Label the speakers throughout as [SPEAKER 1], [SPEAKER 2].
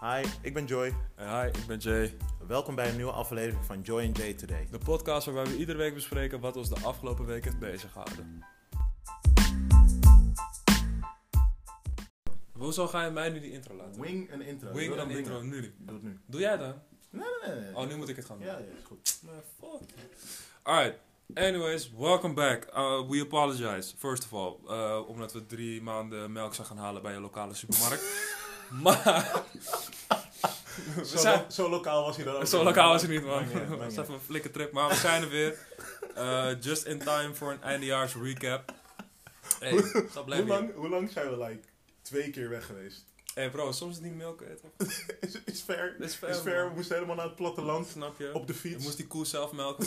[SPEAKER 1] Hi, ik ben Joy.
[SPEAKER 2] Hi, ik ben Jay.
[SPEAKER 1] Welkom bij een nieuwe aflevering van Joy and Jay Today.
[SPEAKER 2] De podcast waarbij we iedere week bespreken wat ons de afgelopen week heeft bezighouden. Hoezo ga je mij nu die intro laten?
[SPEAKER 1] Wing een intro.
[SPEAKER 2] Wing
[SPEAKER 1] Doe
[SPEAKER 2] een
[SPEAKER 1] dan
[SPEAKER 2] intro,
[SPEAKER 1] wingen.
[SPEAKER 2] nu.
[SPEAKER 1] Doe het nu.
[SPEAKER 2] Doe jij dan?
[SPEAKER 1] Nee, nee, nee. nee.
[SPEAKER 2] Oh, nu moet ik het gaan doen.
[SPEAKER 1] Ja, ja, is goed.
[SPEAKER 2] Man, fuck. Alright. Anyways, welcome back. Uh, we apologize, first of all. eh, omdat we drie maanden melk zijn gaan halen bij een lokale supermarkt. maar... we
[SPEAKER 1] Zo,
[SPEAKER 2] zijn...
[SPEAKER 1] lo- zo lokaal was hij dan ook.
[SPEAKER 2] Zo
[SPEAKER 1] niet.
[SPEAKER 2] lokaal was het niet, man.
[SPEAKER 1] Maakt niet uit,
[SPEAKER 2] Dat
[SPEAKER 1] maakt
[SPEAKER 2] was
[SPEAKER 1] niet uit.
[SPEAKER 2] even een flikker trip, maar we zijn er weer. Eh, just in time voor een eindejaars recap. Hey, dat
[SPEAKER 1] Hoe
[SPEAKER 2] blijft niet.
[SPEAKER 1] lang, hoe lang zijn we like twee keer weg geweest?
[SPEAKER 2] Hey bro, soms is het niet melk eten. Dat
[SPEAKER 1] Is, is ver.
[SPEAKER 2] is fair,
[SPEAKER 1] Is ver. We
[SPEAKER 2] man.
[SPEAKER 1] moesten helemaal naar het platteland.
[SPEAKER 2] Snap je?
[SPEAKER 1] Op de
[SPEAKER 2] Je
[SPEAKER 1] fiets.
[SPEAKER 2] moest die koe zelf melken.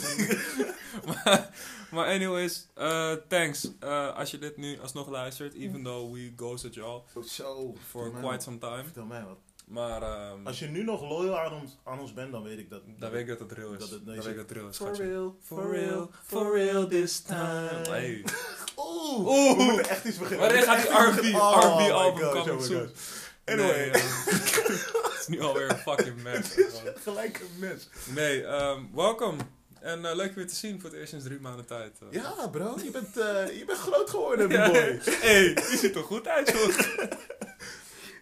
[SPEAKER 2] maar, maar anyways, eh, thanks. Eh, als je dit nu alsnog luistert,
[SPEAKER 1] Mm.
[SPEAKER 2] even though we ghosted y'all
[SPEAKER 1] Zo.
[SPEAKER 2] for quite some time.
[SPEAKER 1] Vertel mij wat.
[SPEAKER 2] Maar ehm
[SPEAKER 1] Als je nu nog loyal aan ons, aan ons bent, dan weet ik dat.
[SPEAKER 2] dan weet ik dat het real is.
[SPEAKER 1] Dat het- nee,
[SPEAKER 2] Dan weet
[SPEAKER 1] shit.
[SPEAKER 2] ik dat het real is,
[SPEAKER 1] For
[SPEAKER 2] schatje.
[SPEAKER 1] real,
[SPEAKER 2] this
[SPEAKER 1] time.
[SPEAKER 2] Hey.
[SPEAKER 1] Oeh,
[SPEAKER 2] Oeh.
[SPEAKER 1] we moeten echt iets beginnen. We
[SPEAKER 2] Wanneer gaat
[SPEAKER 1] moeten
[SPEAKER 2] die
[SPEAKER 1] echt iets
[SPEAKER 2] R&B
[SPEAKER 1] beginnen. Oh
[SPEAKER 2] R&B
[SPEAKER 1] my
[SPEAKER 2] album
[SPEAKER 1] gosh,
[SPEAKER 2] coming
[SPEAKER 1] oh my
[SPEAKER 2] soon?
[SPEAKER 1] gosh.
[SPEAKER 2] Anyway.
[SPEAKER 1] Anyway.
[SPEAKER 2] het is nu alweer een fucking mess. man.
[SPEAKER 1] Gelijk een mes.
[SPEAKER 2] Nee, ehm, welkom. En eh, leuk je weer te zien voor het eerst sinds drie maanden tijd. eh.
[SPEAKER 1] Ja, bro, je bent, eh, je bent groot geworden, mijn
[SPEAKER 2] Ja.
[SPEAKER 1] boy.
[SPEAKER 2] hey, je ziet er goed uit, joh.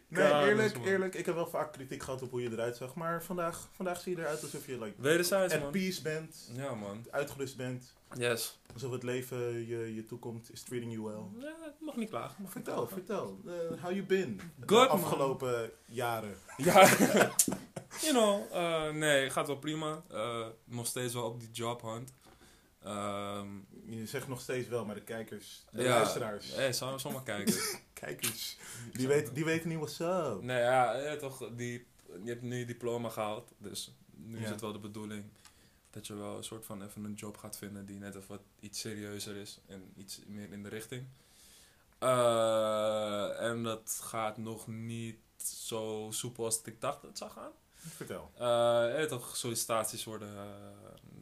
[SPEAKER 1] Nee,
[SPEAKER 2] Karel,
[SPEAKER 1] eerlijk,
[SPEAKER 2] man.
[SPEAKER 1] eerlijk. Ik heb wel vaak kritiek gehad op hoe je eruit zag. Maar vandaag, vandaag zie je eruit alsof je like,
[SPEAKER 2] Wederzijds,
[SPEAKER 1] at
[SPEAKER 2] man.
[SPEAKER 1] peace bent.
[SPEAKER 2] Ja, man.
[SPEAKER 1] Uitgerust bent.
[SPEAKER 2] Yes.
[SPEAKER 1] Alsof het leven je, je toekomt is treating you well.
[SPEAKER 2] Ja, ik mag niet klagen. mag niet
[SPEAKER 1] Vertel,
[SPEAKER 2] klagen.
[SPEAKER 1] vertel. eh, how you been?
[SPEAKER 2] Good,
[SPEAKER 1] de afgelopen jaren.
[SPEAKER 2] Ja. you know, eh, nee, gaat wel prima. Eh, nog steeds wel op die jobhunt. Ehm
[SPEAKER 1] Je zegt nog steeds wel, maar de kijkers, de
[SPEAKER 2] ja.
[SPEAKER 1] luisteraars,
[SPEAKER 2] Hé, hey, zullen we zomaar kijken?
[SPEAKER 1] kijkers, die weten, die weten niet what's up.
[SPEAKER 2] Nee, ja, ja, toch, die, je hebt nu je diploma gehaald, dus nu is
[SPEAKER 1] Ja.
[SPEAKER 2] het wel de bedoeling dat je wel een soort van even een job gaat vinden die net even wat iets serieuzer is en iets meer in de richting. Eh, en dat gaat nog niet zo soepel als dat ik dacht dat het zou gaan.
[SPEAKER 1] Vertel.
[SPEAKER 2] Eh, ja, toch, sollicitaties worden, eh,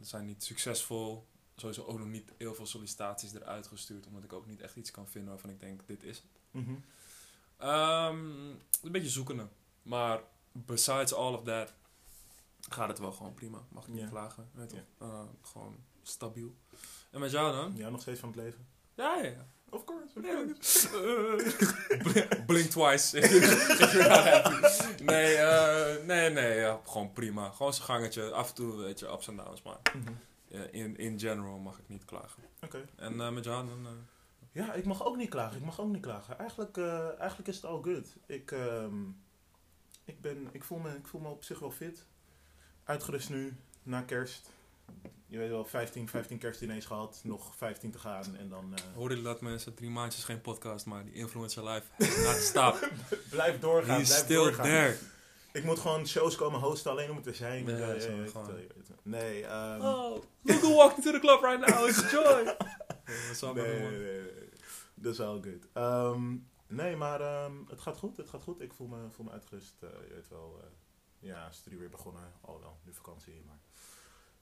[SPEAKER 2] zijn niet succesvol. Sowieso ook nog niet heel veel sollicitaties eruit gestuurd, omdat ik ook niet echt iets kan vinden waarvan ik denk, dit is het.
[SPEAKER 1] Mhm.
[SPEAKER 2] Ehm, een beetje zoekende. Maar besides all of that gaat het wel gewoon prima. Mag ik
[SPEAKER 1] Ja.
[SPEAKER 2] niet klagen. Weet je
[SPEAKER 1] Ja.
[SPEAKER 2] wel. Eh, gewoon stabiel. En met jou dan?
[SPEAKER 1] Ja, nog steeds van het leven.
[SPEAKER 2] Ja, ja, ja.
[SPEAKER 1] Of course.
[SPEAKER 2] Blink- Blink twice. If you're not happy. nee, eh, nee, nee. ja, gewoon prima. Gewoon zijn gangetje. Af en toe, weet je, ups en downs. Maar
[SPEAKER 1] Mhm.
[SPEAKER 2] eh, in, in general mag ik niet klagen.
[SPEAKER 1] Oké.
[SPEAKER 2] En eh, met jou dan? eh,
[SPEAKER 1] Ja, ik mag ook niet klagen. Ik mag ook niet klagen. Eigenlijk, eh, eigenlijk is het al good. Ik, ehm, ik, ben, ik, voel me, ik voel me op zich wel fit. Uitgerust nu, na kerst. Je weet wel, 15, 15 kerstdiners gehad. Nog 15 te gaan en dan... eh,
[SPEAKER 2] hoorden jullie dat mensen drie maandjes geen podcast, maar die influencer life gaat stap.
[SPEAKER 1] blijf doorgaan,
[SPEAKER 2] Oh. He's
[SPEAKER 1] blijf
[SPEAKER 2] still
[SPEAKER 1] doorgaan.
[SPEAKER 2] there.
[SPEAKER 1] Ik moet gewoon shows komen hosten alleen om er te zijn.
[SPEAKER 2] Ja,
[SPEAKER 1] Ja, ja,
[SPEAKER 2] zo,
[SPEAKER 1] ja,
[SPEAKER 2] gewoon.
[SPEAKER 1] ik vertel je. Nee, ehm,
[SPEAKER 2] Oh, look who walked into the club right now, it's Joy. What's
[SPEAKER 1] nee,
[SPEAKER 2] up,
[SPEAKER 1] nee,
[SPEAKER 2] everyone?
[SPEAKER 1] nee, nee. Dat is wel good. Ehm, nee, maar ehm, het gaat goed, het gaat goed. Ik voel me, voel me uitgerust. Eh, je weet wel, eh, ja, studie weer begonnen. Al wel, nu vakantie, maar...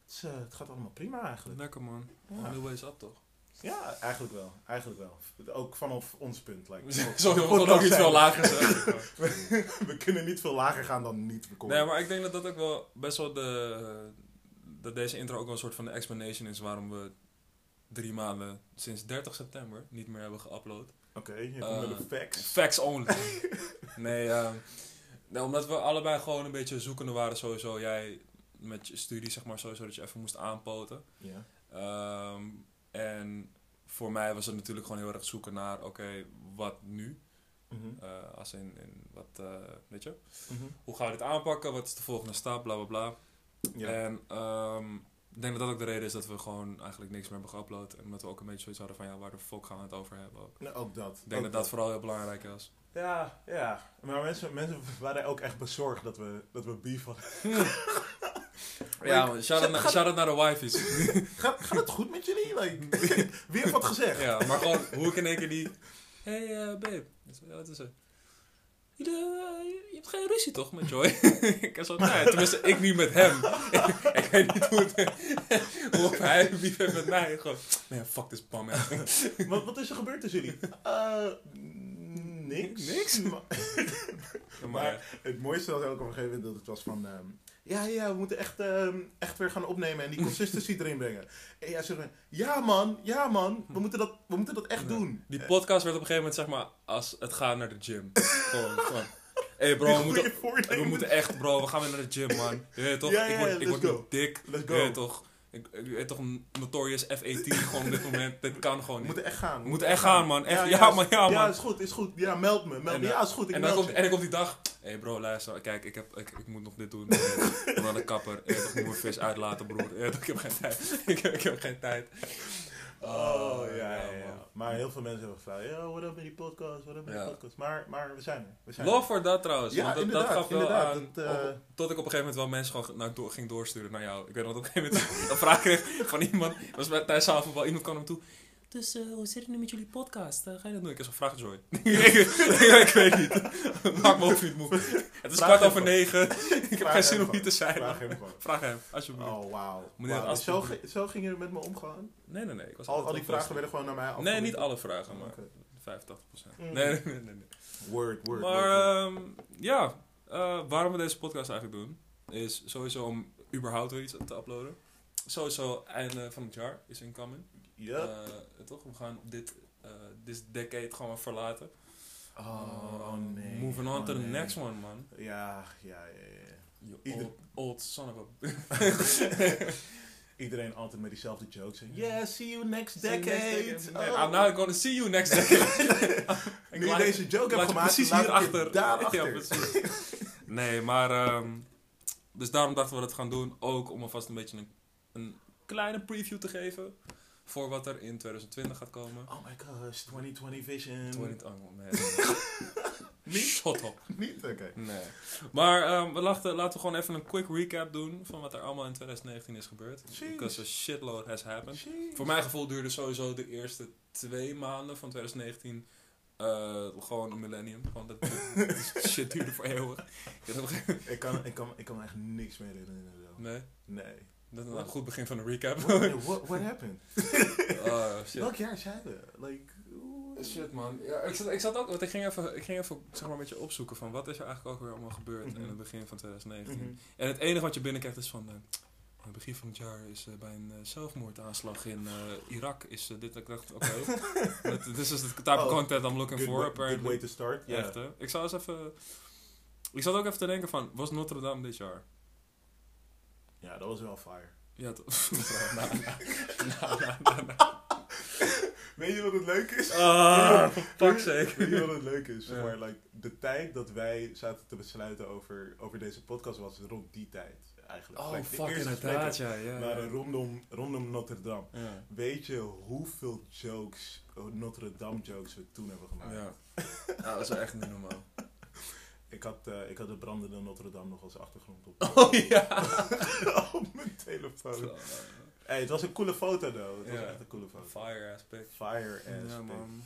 [SPEAKER 1] Het, is, eh, het gaat allemaal prima eigenlijk.
[SPEAKER 2] Lekker man.
[SPEAKER 1] Ja.
[SPEAKER 2] New ways up toch?
[SPEAKER 1] Ja, eigenlijk wel. Eigenlijk wel. Ook vanaf ons punt. Like,
[SPEAKER 2] Sorry, we
[SPEAKER 1] de
[SPEAKER 2] konden ook
[SPEAKER 1] podcast
[SPEAKER 2] iets
[SPEAKER 1] zijn-
[SPEAKER 2] wel lager zeggen.
[SPEAKER 1] We kunnen niet veel lager gaan dan niet recorden.
[SPEAKER 2] Nee, maar ik denk dat dat ook wel best wel de... Dat deze intro ook wel een soort van de explanation is waarom we drie maanden sinds 30 september niet meer hebben geüpload.
[SPEAKER 1] Oké, je komt
[SPEAKER 2] Eh,
[SPEAKER 1] met de facts.
[SPEAKER 2] Facts only. nee, ehm, nou, omdat we allebei gewoon een beetje zoekende waren sowieso. Jij met je studie zeg maar sowieso dat je even moest aanpoten.
[SPEAKER 1] Ja.
[SPEAKER 2] Ehm, en voor mij was het natuurlijk gewoon heel erg zoeken naar, oké, wat nu?
[SPEAKER 1] Mhm,
[SPEAKER 2] Eh, als in, in wat, eh, weet je,
[SPEAKER 1] mhm.
[SPEAKER 2] hoe gaan we dit aanpakken? Wat is de volgende stap? Bla bla bla.
[SPEAKER 1] Ja.
[SPEAKER 2] En ehm, ik denk dat dat ook de reden is dat we gewoon eigenlijk niks meer hebben geüpload. En dat we ook een beetje zoiets hadden van, ja, waar de fuck gaan we het over hebben ook.
[SPEAKER 1] Nou, ook dat.
[SPEAKER 2] Ik denk
[SPEAKER 1] ook
[SPEAKER 2] dat dat vooral heel belangrijk was.
[SPEAKER 1] Ja, ja. Maar mensen, mensen waren ook echt bezorgd dat we, dat we beef hadden.
[SPEAKER 2] Ja, man, shout-out naar,
[SPEAKER 1] gaat-
[SPEAKER 2] shout-out naar de wife's.
[SPEAKER 1] Gaat, gaat het goed met jullie? Like, wie heeft wat gezegd?
[SPEAKER 2] ja, maar gewoon hoe ik in één keer die... Hey eh, babe, Ik zo, ja, wat is er? Jullie, eh, je hebt geen ruzie toch met Joy? ik was zo, nee, tenminste ik niet met hem. ik, ik weet niet hoe, het, hoe hij lief heeft met mij. Gewoon, nee, fuck this bum. man.
[SPEAKER 1] Wat, wat is er gebeurd tussen jullie? Eh, mm, niks.
[SPEAKER 2] Niks?
[SPEAKER 1] Maar,
[SPEAKER 2] Ja,
[SPEAKER 1] maar
[SPEAKER 2] maar, eh,
[SPEAKER 1] het mooiste was ook op een gegeven moment dat het was van... ehm, ja, ja, we moeten echt, ehm, echt weer gaan opnemen en die consistency erin brengen. En jij zegt dan, ja man, ja man, we moeten dat, we moeten dat echt
[SPEAKER 2] Ja.
[SPEAKER 1] doen.
[SPEAKER 2] die podcast werd op een gegeven moment, zeg maar, als het gaan naar de gym. Gewoon, gewoon. hey bro,
[SPEAKER 1] Die
[SPEAKER 2] we moeten,
[SPEAKER 1] goede voornemens.
[SPEAKER 2] we moeten echt, bro, we gaan weer naar de gym, man. Je weet toch?
[SPEAKER 1] Ja, ja,
[SPEAKER 2] ik word,
[SPEAKER 1] ja,
[SPEAKER 2] ik
[SPEAKER 1] let's
[SPEAKER 2] word nu
[SPEAKER 1] go.
[SPEAKER 2] dik.
[SPEAKER 1] Let's
[SPEAKER 2] Je
[SPEAKER 1] go.
[SPEAKER 2] weet toch? Ik, ik weet toch, een notorious F18 gewoon op dit moment. Dit kan gewoon
[SPEAKER 1] We
[SPEAKER 2] niet.
[SPEAKER 1] moeten echt gaan. We
[SPEAKER 2] moeten echt gaan, man. Echt, ja,
[SPEAKER 1] is-
[SPEAKER 2] man, ja,
[SPEAKER 1] Ja,
[SPEAKER 2] man.
[SPEAKER 1] is goed, is goed. Ja, meld me. Meld
[SPEAKER 2] En,
[SPEAKER 1] me.
[SPEAKER 2] eh,
[SPEAKER 1] Ja, is goed, ik
[SPEAKER 2] En dan,
[SPEAKER 1] meld
[SPEAKER 2] komt,
[SPEAKER 1] je.
[SPEAKER 2] en dan komt die dag. Hé hey bro, luister, kijk, ik, heb, ik, ik moet nog dit doen. Ik ben aan de kapper. Eh, Ik moet mijn vis uitlaten, broer. Eh, Ik heb geen tijd. Ik heb, ik heb geen tijd.
[SPEAKER 1] Oh, ja, ja,
[SPEAKER 2] man.
[SPEAKER 1] ja. Maar heel veel mensen hebben gevraagd, yo, what up met die podcast, what up met
[SPEAKER 2] Ja.
[SPEAKER 1] die podcast. Maar, maar we zijn er, we zijn
[SPEAKER 2] Love voor dat trouwens.
[SPEAKER 1] Ja,
[SPEAKER 2] want dat, dat
[SPEAKER 1] inderdaad,
[SPEAKER 2] gaf wel
[SPEAKER 1] inderdaad,
[SPEAKER 2] aan.
[SPEAKER 1] dat, eh,
[SPEAKER 2] tot ik op een gegeven moment wel mensen gewoon naar, door- ging doorsturen naar jou. Ik weet nog dat op een gegeven moment een vraag kreeg van iemand. was bij, tijdens avondbal. Iemand kwam hem toe. Dus eh, hoe zit het nu met jullie podcast? Eh, ga je dat doen? Ik heb zo'n vraag, Joy. ik, ik weet niet. Maak me ook niet moe. Het is
[SPEAKER 1] Vraag
[SPEAKER 2] kwart
[SPEAKER 1] hem
[SPEAKER 2] over
[SPEAKER 1] gewoon.
[SPEAKER 2] negen. Ik heb
[SPEAKER 1] Vraag
[SPEAKER 2] geen
[SPEAKER 1] hem
[SPEAKER 2] zin om
[SPEAKER 1] gewoon.
[SPEAKER 2] hier te zijn.
[SPEAKER 1] Vraag hem gewoon.
[SPEAKER 2] Vraag hem, alsjeblieft.
[SPEAKER 1] Oh, wauw.
[SPEAKER 2] Moet je dat
[SPEAKER 1] Wauw, dus Zo,
[SPEAKER 2] afspreken?
[SPEAKER 1] ge- zo gingen jullie met me omgaan?
[SPEAKER 2] Nee, nee, nee. Ik was
[SPEAKER 1] Al,
[SPEAKER 2] altijd
[SPEAKER 1] al die
[SPEAKER 2] wel
[SPEAKER 1] vragen werden gewoon naar mij
[SPEAKER 2] positief.
[SPEAKER 1] afgevoerd?
[SPEAKER 2] Nee, niet alle vragen, maar
[SPEAKER 1] Oké.
[SPEAKER 2] 85%.
[SPEAKER 1] Mm.
[SPEAKER 2] Nee, nee, nee. nee, nee.
[SPEAKER 1] Word, word,
[SPEAKER 2] maar
[SPEAKER 1] word, word.
[SPEAKER 2] ehm, ja, eh, waarom we deze podcast eigenlijk doen, is sowieso om überhaupt weer iets te uploaden. Sowieso einde van het jaar is incoming.
[SPEAKER 1] Ja.
[SPEAKER 2] Eh, toch? We gaan dit, eh this decade gewoon verlaten.
[SPEAKER 1] Oh, nee.
[SPEAKER 2] eh, Moving on
[SPEAKER 1] Oh,
[SPEAKER 2] to the
[SPEAKER 1] nee.
[SPEAKER 2] next one, man.
[SPEAKER 1] Ja, ja, ja, ja.
[SPEAKER 2] You
[SPEAKER 1] Ieder-
[SPEAKER 2] old, old son of a...
[SPEAKER 1] Iedereen altijd met diezelfde jokes. en,
[SPEAKER 2] Ja.
[SPEAKER 1] Yeah, see you next
[SPEAKER 2] See you next
[SPEAKER 1] decade.
[SPEAKER 2] decade.
[SPEAKER 1] Oh.
[SPEAKER 2] I'm not gonna see you next decade.
[SPEAKER 1] Nu
[SPEAKER 2] Ik
[SPEAKER 1] je
[SPEAKER 2] laat-
[SPEAKER 1] deze joke
[SPEAKER 2] laat
[SPEAKER 1] hebt
[SPEAKER 2] je
[SPEAKER 1] gemaakt,
[SPEAKER 2] precies
[SPEAKER 1] laat ik je
[SPEAKER 2] hierachter.
[SPEAKER 1] daarachter.
[SPEAKER 2] Ja, precies. Nee, maar... ehm, dus daarom dachten we dat gaan doen. Ook om alvast een beetje een, een kleine preview te geven. Voor wat er in 2020 gaat komen.
[SPEAKER 1] Oh my gosh, 2020 vision.
[SPEAKER 2] 20 oh, man.
[SPEAKER 1] Niet?
[SPEAKER 2] Shut up.
[SPEAKER 1] Niet? Oké.
[SPEAKER 2] Nee. Maar ehm, we laten, laten we gewoon even een quick recap doen van wat er allemaal in 2019 is gebeurd.
[SPEAKER 1] Jeez.
[SPEAKER 2] Because a shitload has happened.
[SPEAKER 1] Jeez.
[SPEAKER 2] Voor mijn gevoel duurde sowieso de eerste twee maanden van 2019 eh, gewoon een millennium. Want dat, dat shit duurde voor eeuwig. Ik had op een gegeven
[SPEAKER 1] Ik kan, ik, kan, ik kan me echt niks meer herinneren.
[SPEAKER 2] moment-
[SPEAKER 1] zo.
[SPEAKER 2] Nee,
[SPEAKER 1] Nee.
[SPEAKER 2] dat is een goed begin van een recap.
[SPEAKER 1] What, what, what happened?
[SPEAKER 2] Oh, shit.
[SPEAKER 1] Welk jaar zijn we? Like, oeh.
[SPEAKER 2] Shit man, ja, ik, zat, ik zat ook, want ik ging even, ik ging even zeg maar, een beetje opzoeken van wat is er eigenlijk ook weer allemaal gebeurd
[SPEAKER 1] Mhm.
[SPEAKER 2] in het begin van 2019.
[SPEAKER 1] Mhm.
[SPEAKER 2] En het enige wat je binnenkrijgt is van. eh, aan het begin van het jaar is eh, bij een eh, zelfmoordaanslag in eh, Irak is eh, dit. Ik dacht, oké. dat- dus This is the type of
[SPEAKER 1] Oh,
[SPEAKER 2] content I'm looking
[SPEAKER 1] Good,
[SPEAKER 2] for,
[SPEAKER 1] wa- good
[SPEAKER 2] apparently.
[SPEAKER 1] way to start.
[SPEAKER 2] Ja,
[SPEAKER 1] Ja.
[SPEAKER 2] Echt, hè? Ik zou eens even. Ik zat ook even te denken van, was Notre Dame dit jaar?
[SPEAKER 1] Ja, dat was wel fire.
[SPEAKER 2] Ja, toch? Nou, nou, nou, nou, nou, nou.
[SPEAKER 1] Weet je wat het leuk is?
[SPEAKER 2] Ah, fuck
[SPEAKER 1] Weet je
[SPEAKER 2] zeker.
[SPEAKER 1] wat het leuk is? Zeg
[SPEAKER 2] Ja.
[SPEAKER 1] maar, like, de tijd dat wij zaten te besluiten over, over deze podcast was rond die tijd eigenlijk.
[SPEAKER 2] Oh,
[SPEAKER 1] Like, de
[SPEAKER 2] fuck,
[SPEAKER 1] eerste
[SPEAKER 2] inderdaad,
[SPEAKER 1] gesprekken
[SPEAKER 2] ja. ja,
[SPEAKER 1] waren
[SPEAKER 2] ja.
[SPEAKER 1] rondom, rondom Notre Dame.
[SPEAKER 2] Ja.
[SPEAKER 1] Weet je hoeveel jokes, oh, Notre Dame jokes we toen hebben gemaakt?
[SPEAKER 2] Oh, Ja. Ja, dat is wel echt niet normaal.
[SPEAKER 1] Ik, had, eh, ik had de brandende Notre Dame nog als achtergrond op,
[SPEAKER 2] Oh ja.
[SPEAKER 1] op mijn telefoon. Hey, het was een coole foto, though. Het
[SPEAKER 2] Ja.
[SPEAKER 1] was echt een coole foto.
[SPEAKER 2] Fire aspect.
[SPEAKER 1] Fire as
[SPEAKER 2] Ja,
[SPEAKER 1] fuck.
[SPEAKER 2] man.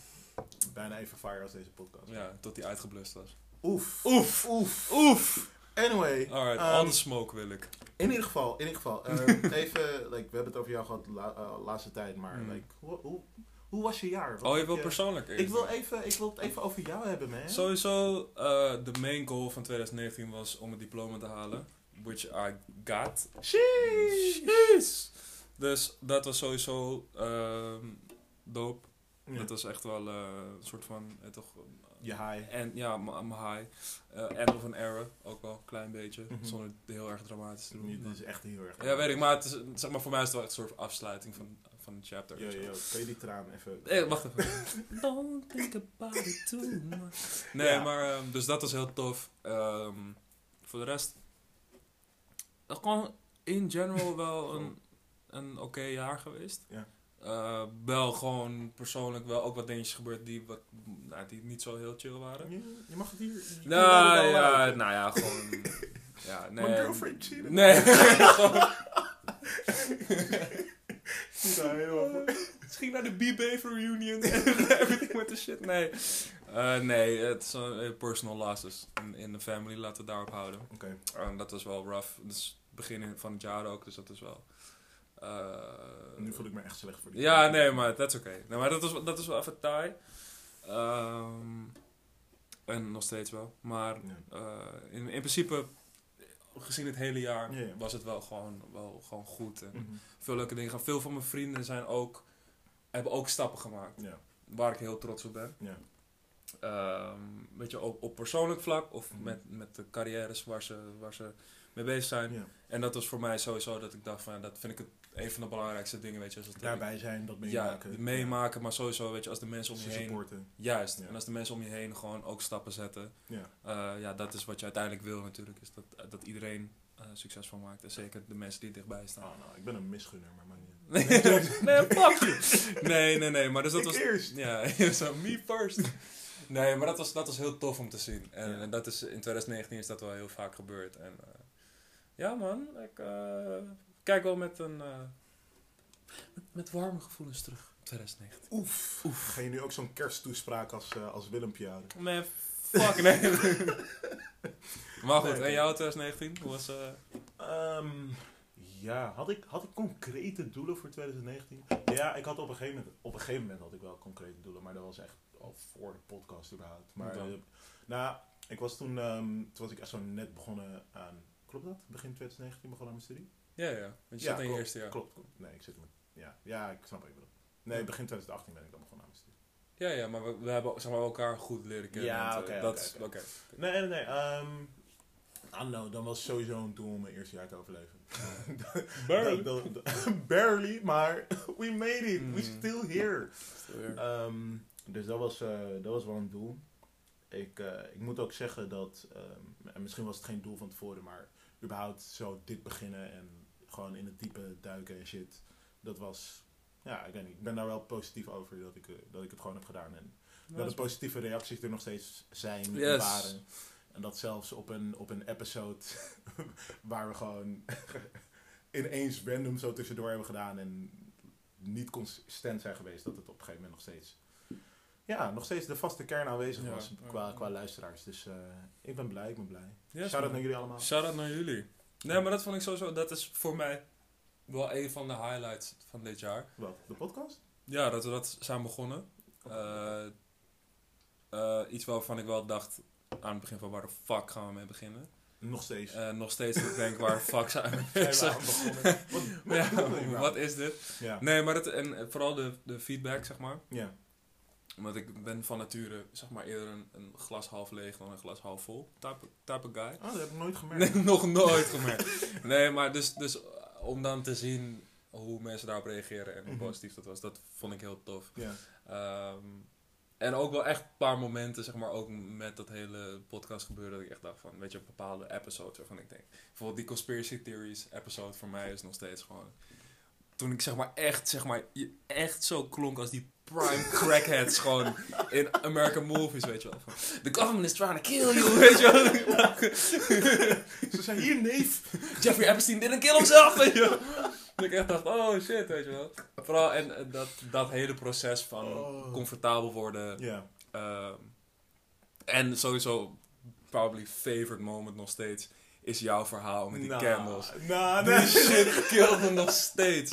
[SPEAKER 1] Bijna even fire als deze podcast.
[SPEAKER 2] Ja, tot die uitgeblust was.
[SPEAKER 1] Oef.
[SPEAKER 2] Oef.
[SPEAKER 1] Oef.
[SPEAKER 2] Oef!
[SPEAKER 1] Anyway.
[SPEAKER 2] Alright,
[SPEAKER 1] ehm,
[SPEAKER 2] al de smoke wil ik.
[SPEAKER 1] In ieder geval, in ieder geval. ehm, even, like, we hebben het over jou gehad de la- eh, laatste tijd, maar
[SPEAKER 2] Mm.
[SPEAKER 1] like, hoe, hoe, hoe was je jaar? Wat
[SPEAKER 2] Oh, je
[SPEAKER 1] heb
[SPEAKER 2] wil persoonlijk eerst.
[SPEAKER 1] Ik wil, even, ik wil het even over jou hebben, man.
[SPEAKER 2] Sowieso, eh, de main goal van 2019 was om een diploma te halen. Which I got.
[SPEAKER 1] Sheesh.
[SPEAKER 2] Jeez. Dus dat was sowieso ehm dope.
[SPEAKER 1] Ja.
[SPEAKER 2] Dat was echt wel eh, een soort van... eh, toch,
[SPEAKER 1] Je high.
[SPEAKER 2] En ja, mijn high. Eh, end of an era, ook wel, een klein beetje.
[SPEAKER 1] Mhm.
[SPEAKER 2] Zonder het heel erg dramatisch te doen.
[SPEAKER 1] Dit is echt heel erg.
[SPEAKER 2] Ja, weet ik, maar, het is, zeg maar voor mij is het wel echt een soort afsluiting van, van een chapter.
[SPEAKER 1] Yo,
[SPEAKER 2] of zo.
[SPEAKER 1] yo, yo, Kan je die traan even...
[SPEAKER 2] Eh, wacht even. Don't think about it too much. Nee,
[SPEAKER 1] Ja.
[SPEAKER 2] maar ehm, dus dat was heel tof. Ehm, voor de rest, eh, gewoon in general wel een, een oké jaar geweest.
[SPEAKER 1] Ja.
[SPEAKER 2] Eh, wel gewoon persoonlijk wel ook wat dingetjes gebeurd die, wat, nou, die niet zo heel chill waren.
[SPEAKER 1] Je, je mag het hier... je kan
[SPEAKER 2] Nou
[SPEAKER 1] het wel
[SPEAKER 2] ja,
[SPEAKER 1] laten.
[SPEAKER 2] nou ja, gewoon. ja, nee.
[SPEAKER 1] Mijn girlfriend cheated.
[SPEAKER 2] Nee, gewoon-
[SPEAKER 1] Ja, heel erg.
[SPEAKER 2] Eh, Misschien naar de B-Bay reunion en weet ik wat de shit. Nee, Eh, nee het is een eh, personal losses in, in de family, laten we het daarop houden.
[SPEAKER 1] Oké.
[SPEAKER 2] En dat was wel rough. Dat is het begin van het jaar ook, dus dat is wel... eh,
[SPEAKER 1] Nu voel ik me echt slecht voor die
[SPEAKER 2] ja, nee, maar dat is oké. Nee, maar dat is, dat is wel even taai. Ehm, En nog steeds wel. Maar
[SPEAKER 1] Ja.
[SPEAKER 2] eh, in, in principe, gezien het hele jaar,
[SPEAKER 1] Ja, ja.
[SPEAKER 2] was het wel gewoon, wel gewoon goed. En
[SPEAKER 1] Mhm.
[SPEAKER 2] Veel leuke dingen gaan. Veel van mijn vrienden zijn ook, hebben ook stappen gemaakt.
[SPEAKER 1] Ja.
[SPEAKER 2] Waar ik heel trots op ben.
[SPEAKER 1] Ja.
[SPEAKER 2] Ehm, weet je, op, op persoonlijk vlak of
[SPEAKER 1] Mhm.
[SPEAKER 2] met, met de carrières waar ze, waar ze mee bezig zijn.
[SPEAKER 1] Ja.
[SPEAKER 2] En dat was voor mij sowieso dat ik dacht van, ja, dat vind ik het, een van de belangrijkste dingen, weet je. Als het
[SPEAKER 1] Daarbij zijn, dat
[SPEAKER 2] Ja,
[SPEAKER 1] meemaken.
[SPEAKER 2] meemaken, maar sowieso, weet je, als de mensen om je
[SPEAKER 1] Ze
[SPEAKER 2] heen...
[SPEAKER 1] supporten.
[SPEAKER 2] Juist,
[SPEAKER 1] Ja.
[SPEAKER 2] en als de mensen om je heen gewoon ook stappen zetten.
[SPEAKER 1] Ja.
[SPEAKER 2] Eh, ja, dat is wat je uiteindelijk wil natuurlijk. Is dat, dat iedereen eh, succes van maakt. En zeker de mensen die dichtbij staan.
[SPEAKER 1] Oh, nou, ik ben een misgunner, maar maakt niet uit.
[SPEAKER 2] Nee, nee, fuck you. Nee, nee, nee. Maar dus dat
[SPEAKER 1] Ik
[SPEAKER 2] was...
[SPEAKER 1] eerst.
[SPEAKER 2] Ja, zo me first. Nee, maar dat was, dat was heel tof om te zien. En,
[SPEAKER 1] Ja.
[SPEAKER 2] en dat is, in 2019 is dat wel heel vaak gebeurd. En, eh, ja man, ik eh, kijk wel met een... eh, met, met warme gevoelens terug. 2019.
[SPEAKER 1] Oef. Ga je nu ook zo'n kersttoespraak als, eh, als Willempje houden?
[SPEAKER 2] Nee, fuck nee. maar goed,
[SPEAKER 1] Nee.
[SPEAKER 2] en jou 2019? Hoe was... eh,
[SPEAKER 1] Ehm, ja, had ik, had ik concrete doelen voor 2019? Ja, ik had op een, gegeven moment, op een gegeven moment had ik wel concrete doelen, maar dat was echt al voor de podcast überhaupt. Maar
[SPEAKER 2] Dan.
[SPEAKER 1] eh, nou, ik was toen, ehm, toen was ik echt zo net begonnen aan, klopt dat? Begin 2019 begon aan mijn studie?
[SPEAKER 2] Ja, ja. Want je
[SPEAKER 1] Ja,
[SPEAKER 2] zat in je
[SPEAKER 1] klopt,
[SPEAKER 2] eerste jaar.
[SPEAKER 1] Klopt, klopt. Nee, ik zit met, ja, ja, ik snap wat je bedoelt. Nee, begin 2018 ben ik dan begonnen aan mijn studie.
[SPEAKER 2] Ja, ja, maar we, we hebben zeg maar, elkaar goed leren kennen.
[SPEAKER 1] Ja,
[SPEAKER 2] Want, eh,
[SPEAKER 1] oké,
[SPEAKER 2] dat
[SPEAKER 1] oké,
[SPEAKER 2] is
[SPEAKER 1] oké.
[SPEAKER 2] oké.
[SPEAKER 1] Nee, nee, nee. ehm, ah, nou, dan was sowieso een doel om mijn eerste jaar te overleven.
[SPEAKER 2] Barely.
[SPEAKER 1] Dat- dat- dat- barely, maar we made it.
[SPEAKER 2] Mm.
[SPEAKER 1] We're still here.
[SPEAKER 2] Weer.
[SPEAKER 1] Ehm, dus dat was, eh, dat was wel een doel. Ik, eh, ik moet ook zeggen dat, ehm, en misschien was het geen doel van tevoren, maar überhaupt zo dit beginnen en gewoon in het diepe duiken en shit. Dat was, ja, ik weet niet. Ik ben daar wel positief over dat ik, eh, dat ik het gewoon heb gedaan. En dat de positieve reacties er nog steeds zijn en
[SPEAKER 2] Yes.
[SPEAKER 1] waren. En dat zelfs op een, op een episode waar we gewoon ineens random zo tussendoor hebben gedaan en niet consistent zijn geweest, dat het op een gegeven moment nog steeds, ja, nog steeds de vaste kern aanwezig
[SPEAKER 2] Ja,
[SPEAKER 1] was
[SPEAKER 2] ja,
[SPEAKER 1] qua,
[SPEAKER 2] ja.
[SPEAKER 1] qua luisteraars. Dus eh, ik ben blij, ik ben blij.
[SPEAKER 2] Yes,
[SPEAKER 1] Shout-out
[SPEAKER 2] man.
[SPEAKER 1] naar jullie allemaal.
[SPEAKER 2] Shout-out naar jullie. Nee, maar dat vond ik sowieso... Dat is voor mij wel een van de highlights van dit jaar.
[SPEAKER 1] Wat, de podcast?
[SPEAKER 2] Ja, dat we dat zijn begonnen. Eh, eh, iets waarvan ik wel dacht aan het begin van... Waar de fuck gaan we mee beginnen?
[SPEAKER 1] nog steeds.
[SPEAKER 2] Eh, nog steeds dat ik denk waar de fuck zijn we mee
[SPEAKER 1] Zijn we
[SPEAKER 2] bezig?
[SPEAKER 1] aan begonnen? Wat- wat doen we
[SPEAKER 2] Ja,
[SPEAKER 1] überhaupt?
[SPEAKER 2] wat is dit?
[SPEAKER 1] Ja,
[SPEAKER 2] Nee, maar dat, en eh, vooral de, de feedback, zeg maar.
[SPEAKER 1] ja,
[SPEAKER 2] Omdat ik ben van nature zeg maar eerder een, een glas half leeg dan een glas half vol type, type guy.
[SPEAKER 1] oh, dat heb ik nooit gemerkt.
[SPEAKER 2] Nee, nog nooit gemerkt. Nee, maar dus, dus eh, om dan te zien hoe mensen daarop reageren en hoe
[SPEAKER 1] Mhm.
[SPEAKER 2] positief dat was, dat vond ik heel tof.
[SPEAKER 1] Ja.
[SPEAKER 2] Ehm, en ook wel echt een paar momenten, zeg maar, ook met dat hele podcast gebeuren, dat ik echt dacht van, weet je, bepaalde episodes waarvan ik denk. Bijvoorbeeld die conspiracy theories episode voor mij is nog steeds gewoon, toen ik zeg maar echt, zeg maar, je- echt zo klonk als die prime crackheads gewoon in American movies, weet je wel. Van, The government is trying to kill you, weet je wel.
[SPEAKER 1] Ze zijn hier, neef!
[SPEAKER 2] Jeffrey Epstein didn't kill himself, weet je wel. Dat ik echt dacht, oh shit, weet je wel. Vooral en eh, dat, dat hele proces van
[SPEAKER 1] Oh.
[SPEAKER 2] comfortabel worden.
[SPEAKER 1] Ja,
[SPEAKER 2] ehm, en sowieso, probably favorite moment nog steeds, is jouw verhaal met die
[SPEAKER 1] Nou,
[SPEAKER 2] candles.
[SPEAKER 1] nou,
[SPEAKER 2] Die
[SPEAKER 1] nee.
[SPEAKER 2] shit killed me nog steeds.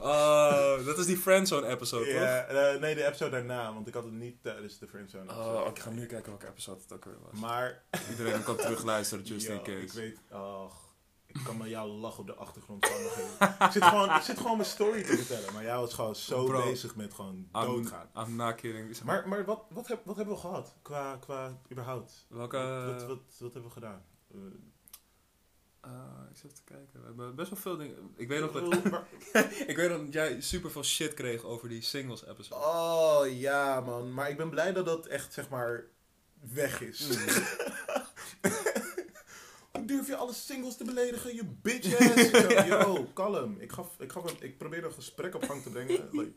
[SPEAKER 2] Oh, dat is die friendzone episode, toch?
[SPEAKER 1] Ja, eh, nee, de episode daarna, want ik had het niet tijdens de Friendzone.
[SPEAKER 2] Oh,
[SPEAKER 1] episode.
[SPEAKER 2] ik ga nu kijken welke episode het ook weer was.
[SPEAKER 1] Maar,
[SPEAKER 2] Iedereen kan terugluisteren, just
[SPEAKER 1] yo,
[SPEAKER 2] in
[SPEAKER 1] ik
[SPEAKER 2] case.
[SPEAKER 1] weet, ach, ik kan maar jouw lach op de achtergrond van me geven. ik, zit gewoon, ik zit gewoon mijn story te vertellen, maar jij was gewoon zo
[SPEAKER 2] Bro.
[SPEAKER 1] bezig met gewoon
[SPEAKER 2] I'm,
[SPEAKER 1] doodgaan.
[SPEAKER 2] I'm not kidding. Zeg maar,
[SPEAKER 1] Maar, maar wat, wat, heb, wat hebben we gehad, qua, qua überhaupt?
[SPEAKER 2] welke...
[SPEAKER 1] Wat, wat, wat, wat hebben we gedaan? Eh,
[SPEAKER 2] Ah, ik zit te kijken. We hebben best wel veel dingen. Ik weet nog dat,
[SPEAKER 1] eh, maar-
[SPEAKER 2] ik weet nog dat jij super veel shit kreeg over die singles episode.
[SPEAKER 1] Oh, ja man, maar ik ben blij dat dat echt, zeg maar, weg is.
[SPEAKER 2] Mm.
[SPEAKER 1] Hoe durf je alle singles te beledigen, je bitch ass? Ik zo, Yo, kalm. Ik, gaf, ik, gaf een, ik probeerde een gesprek op gang te brengen. Like,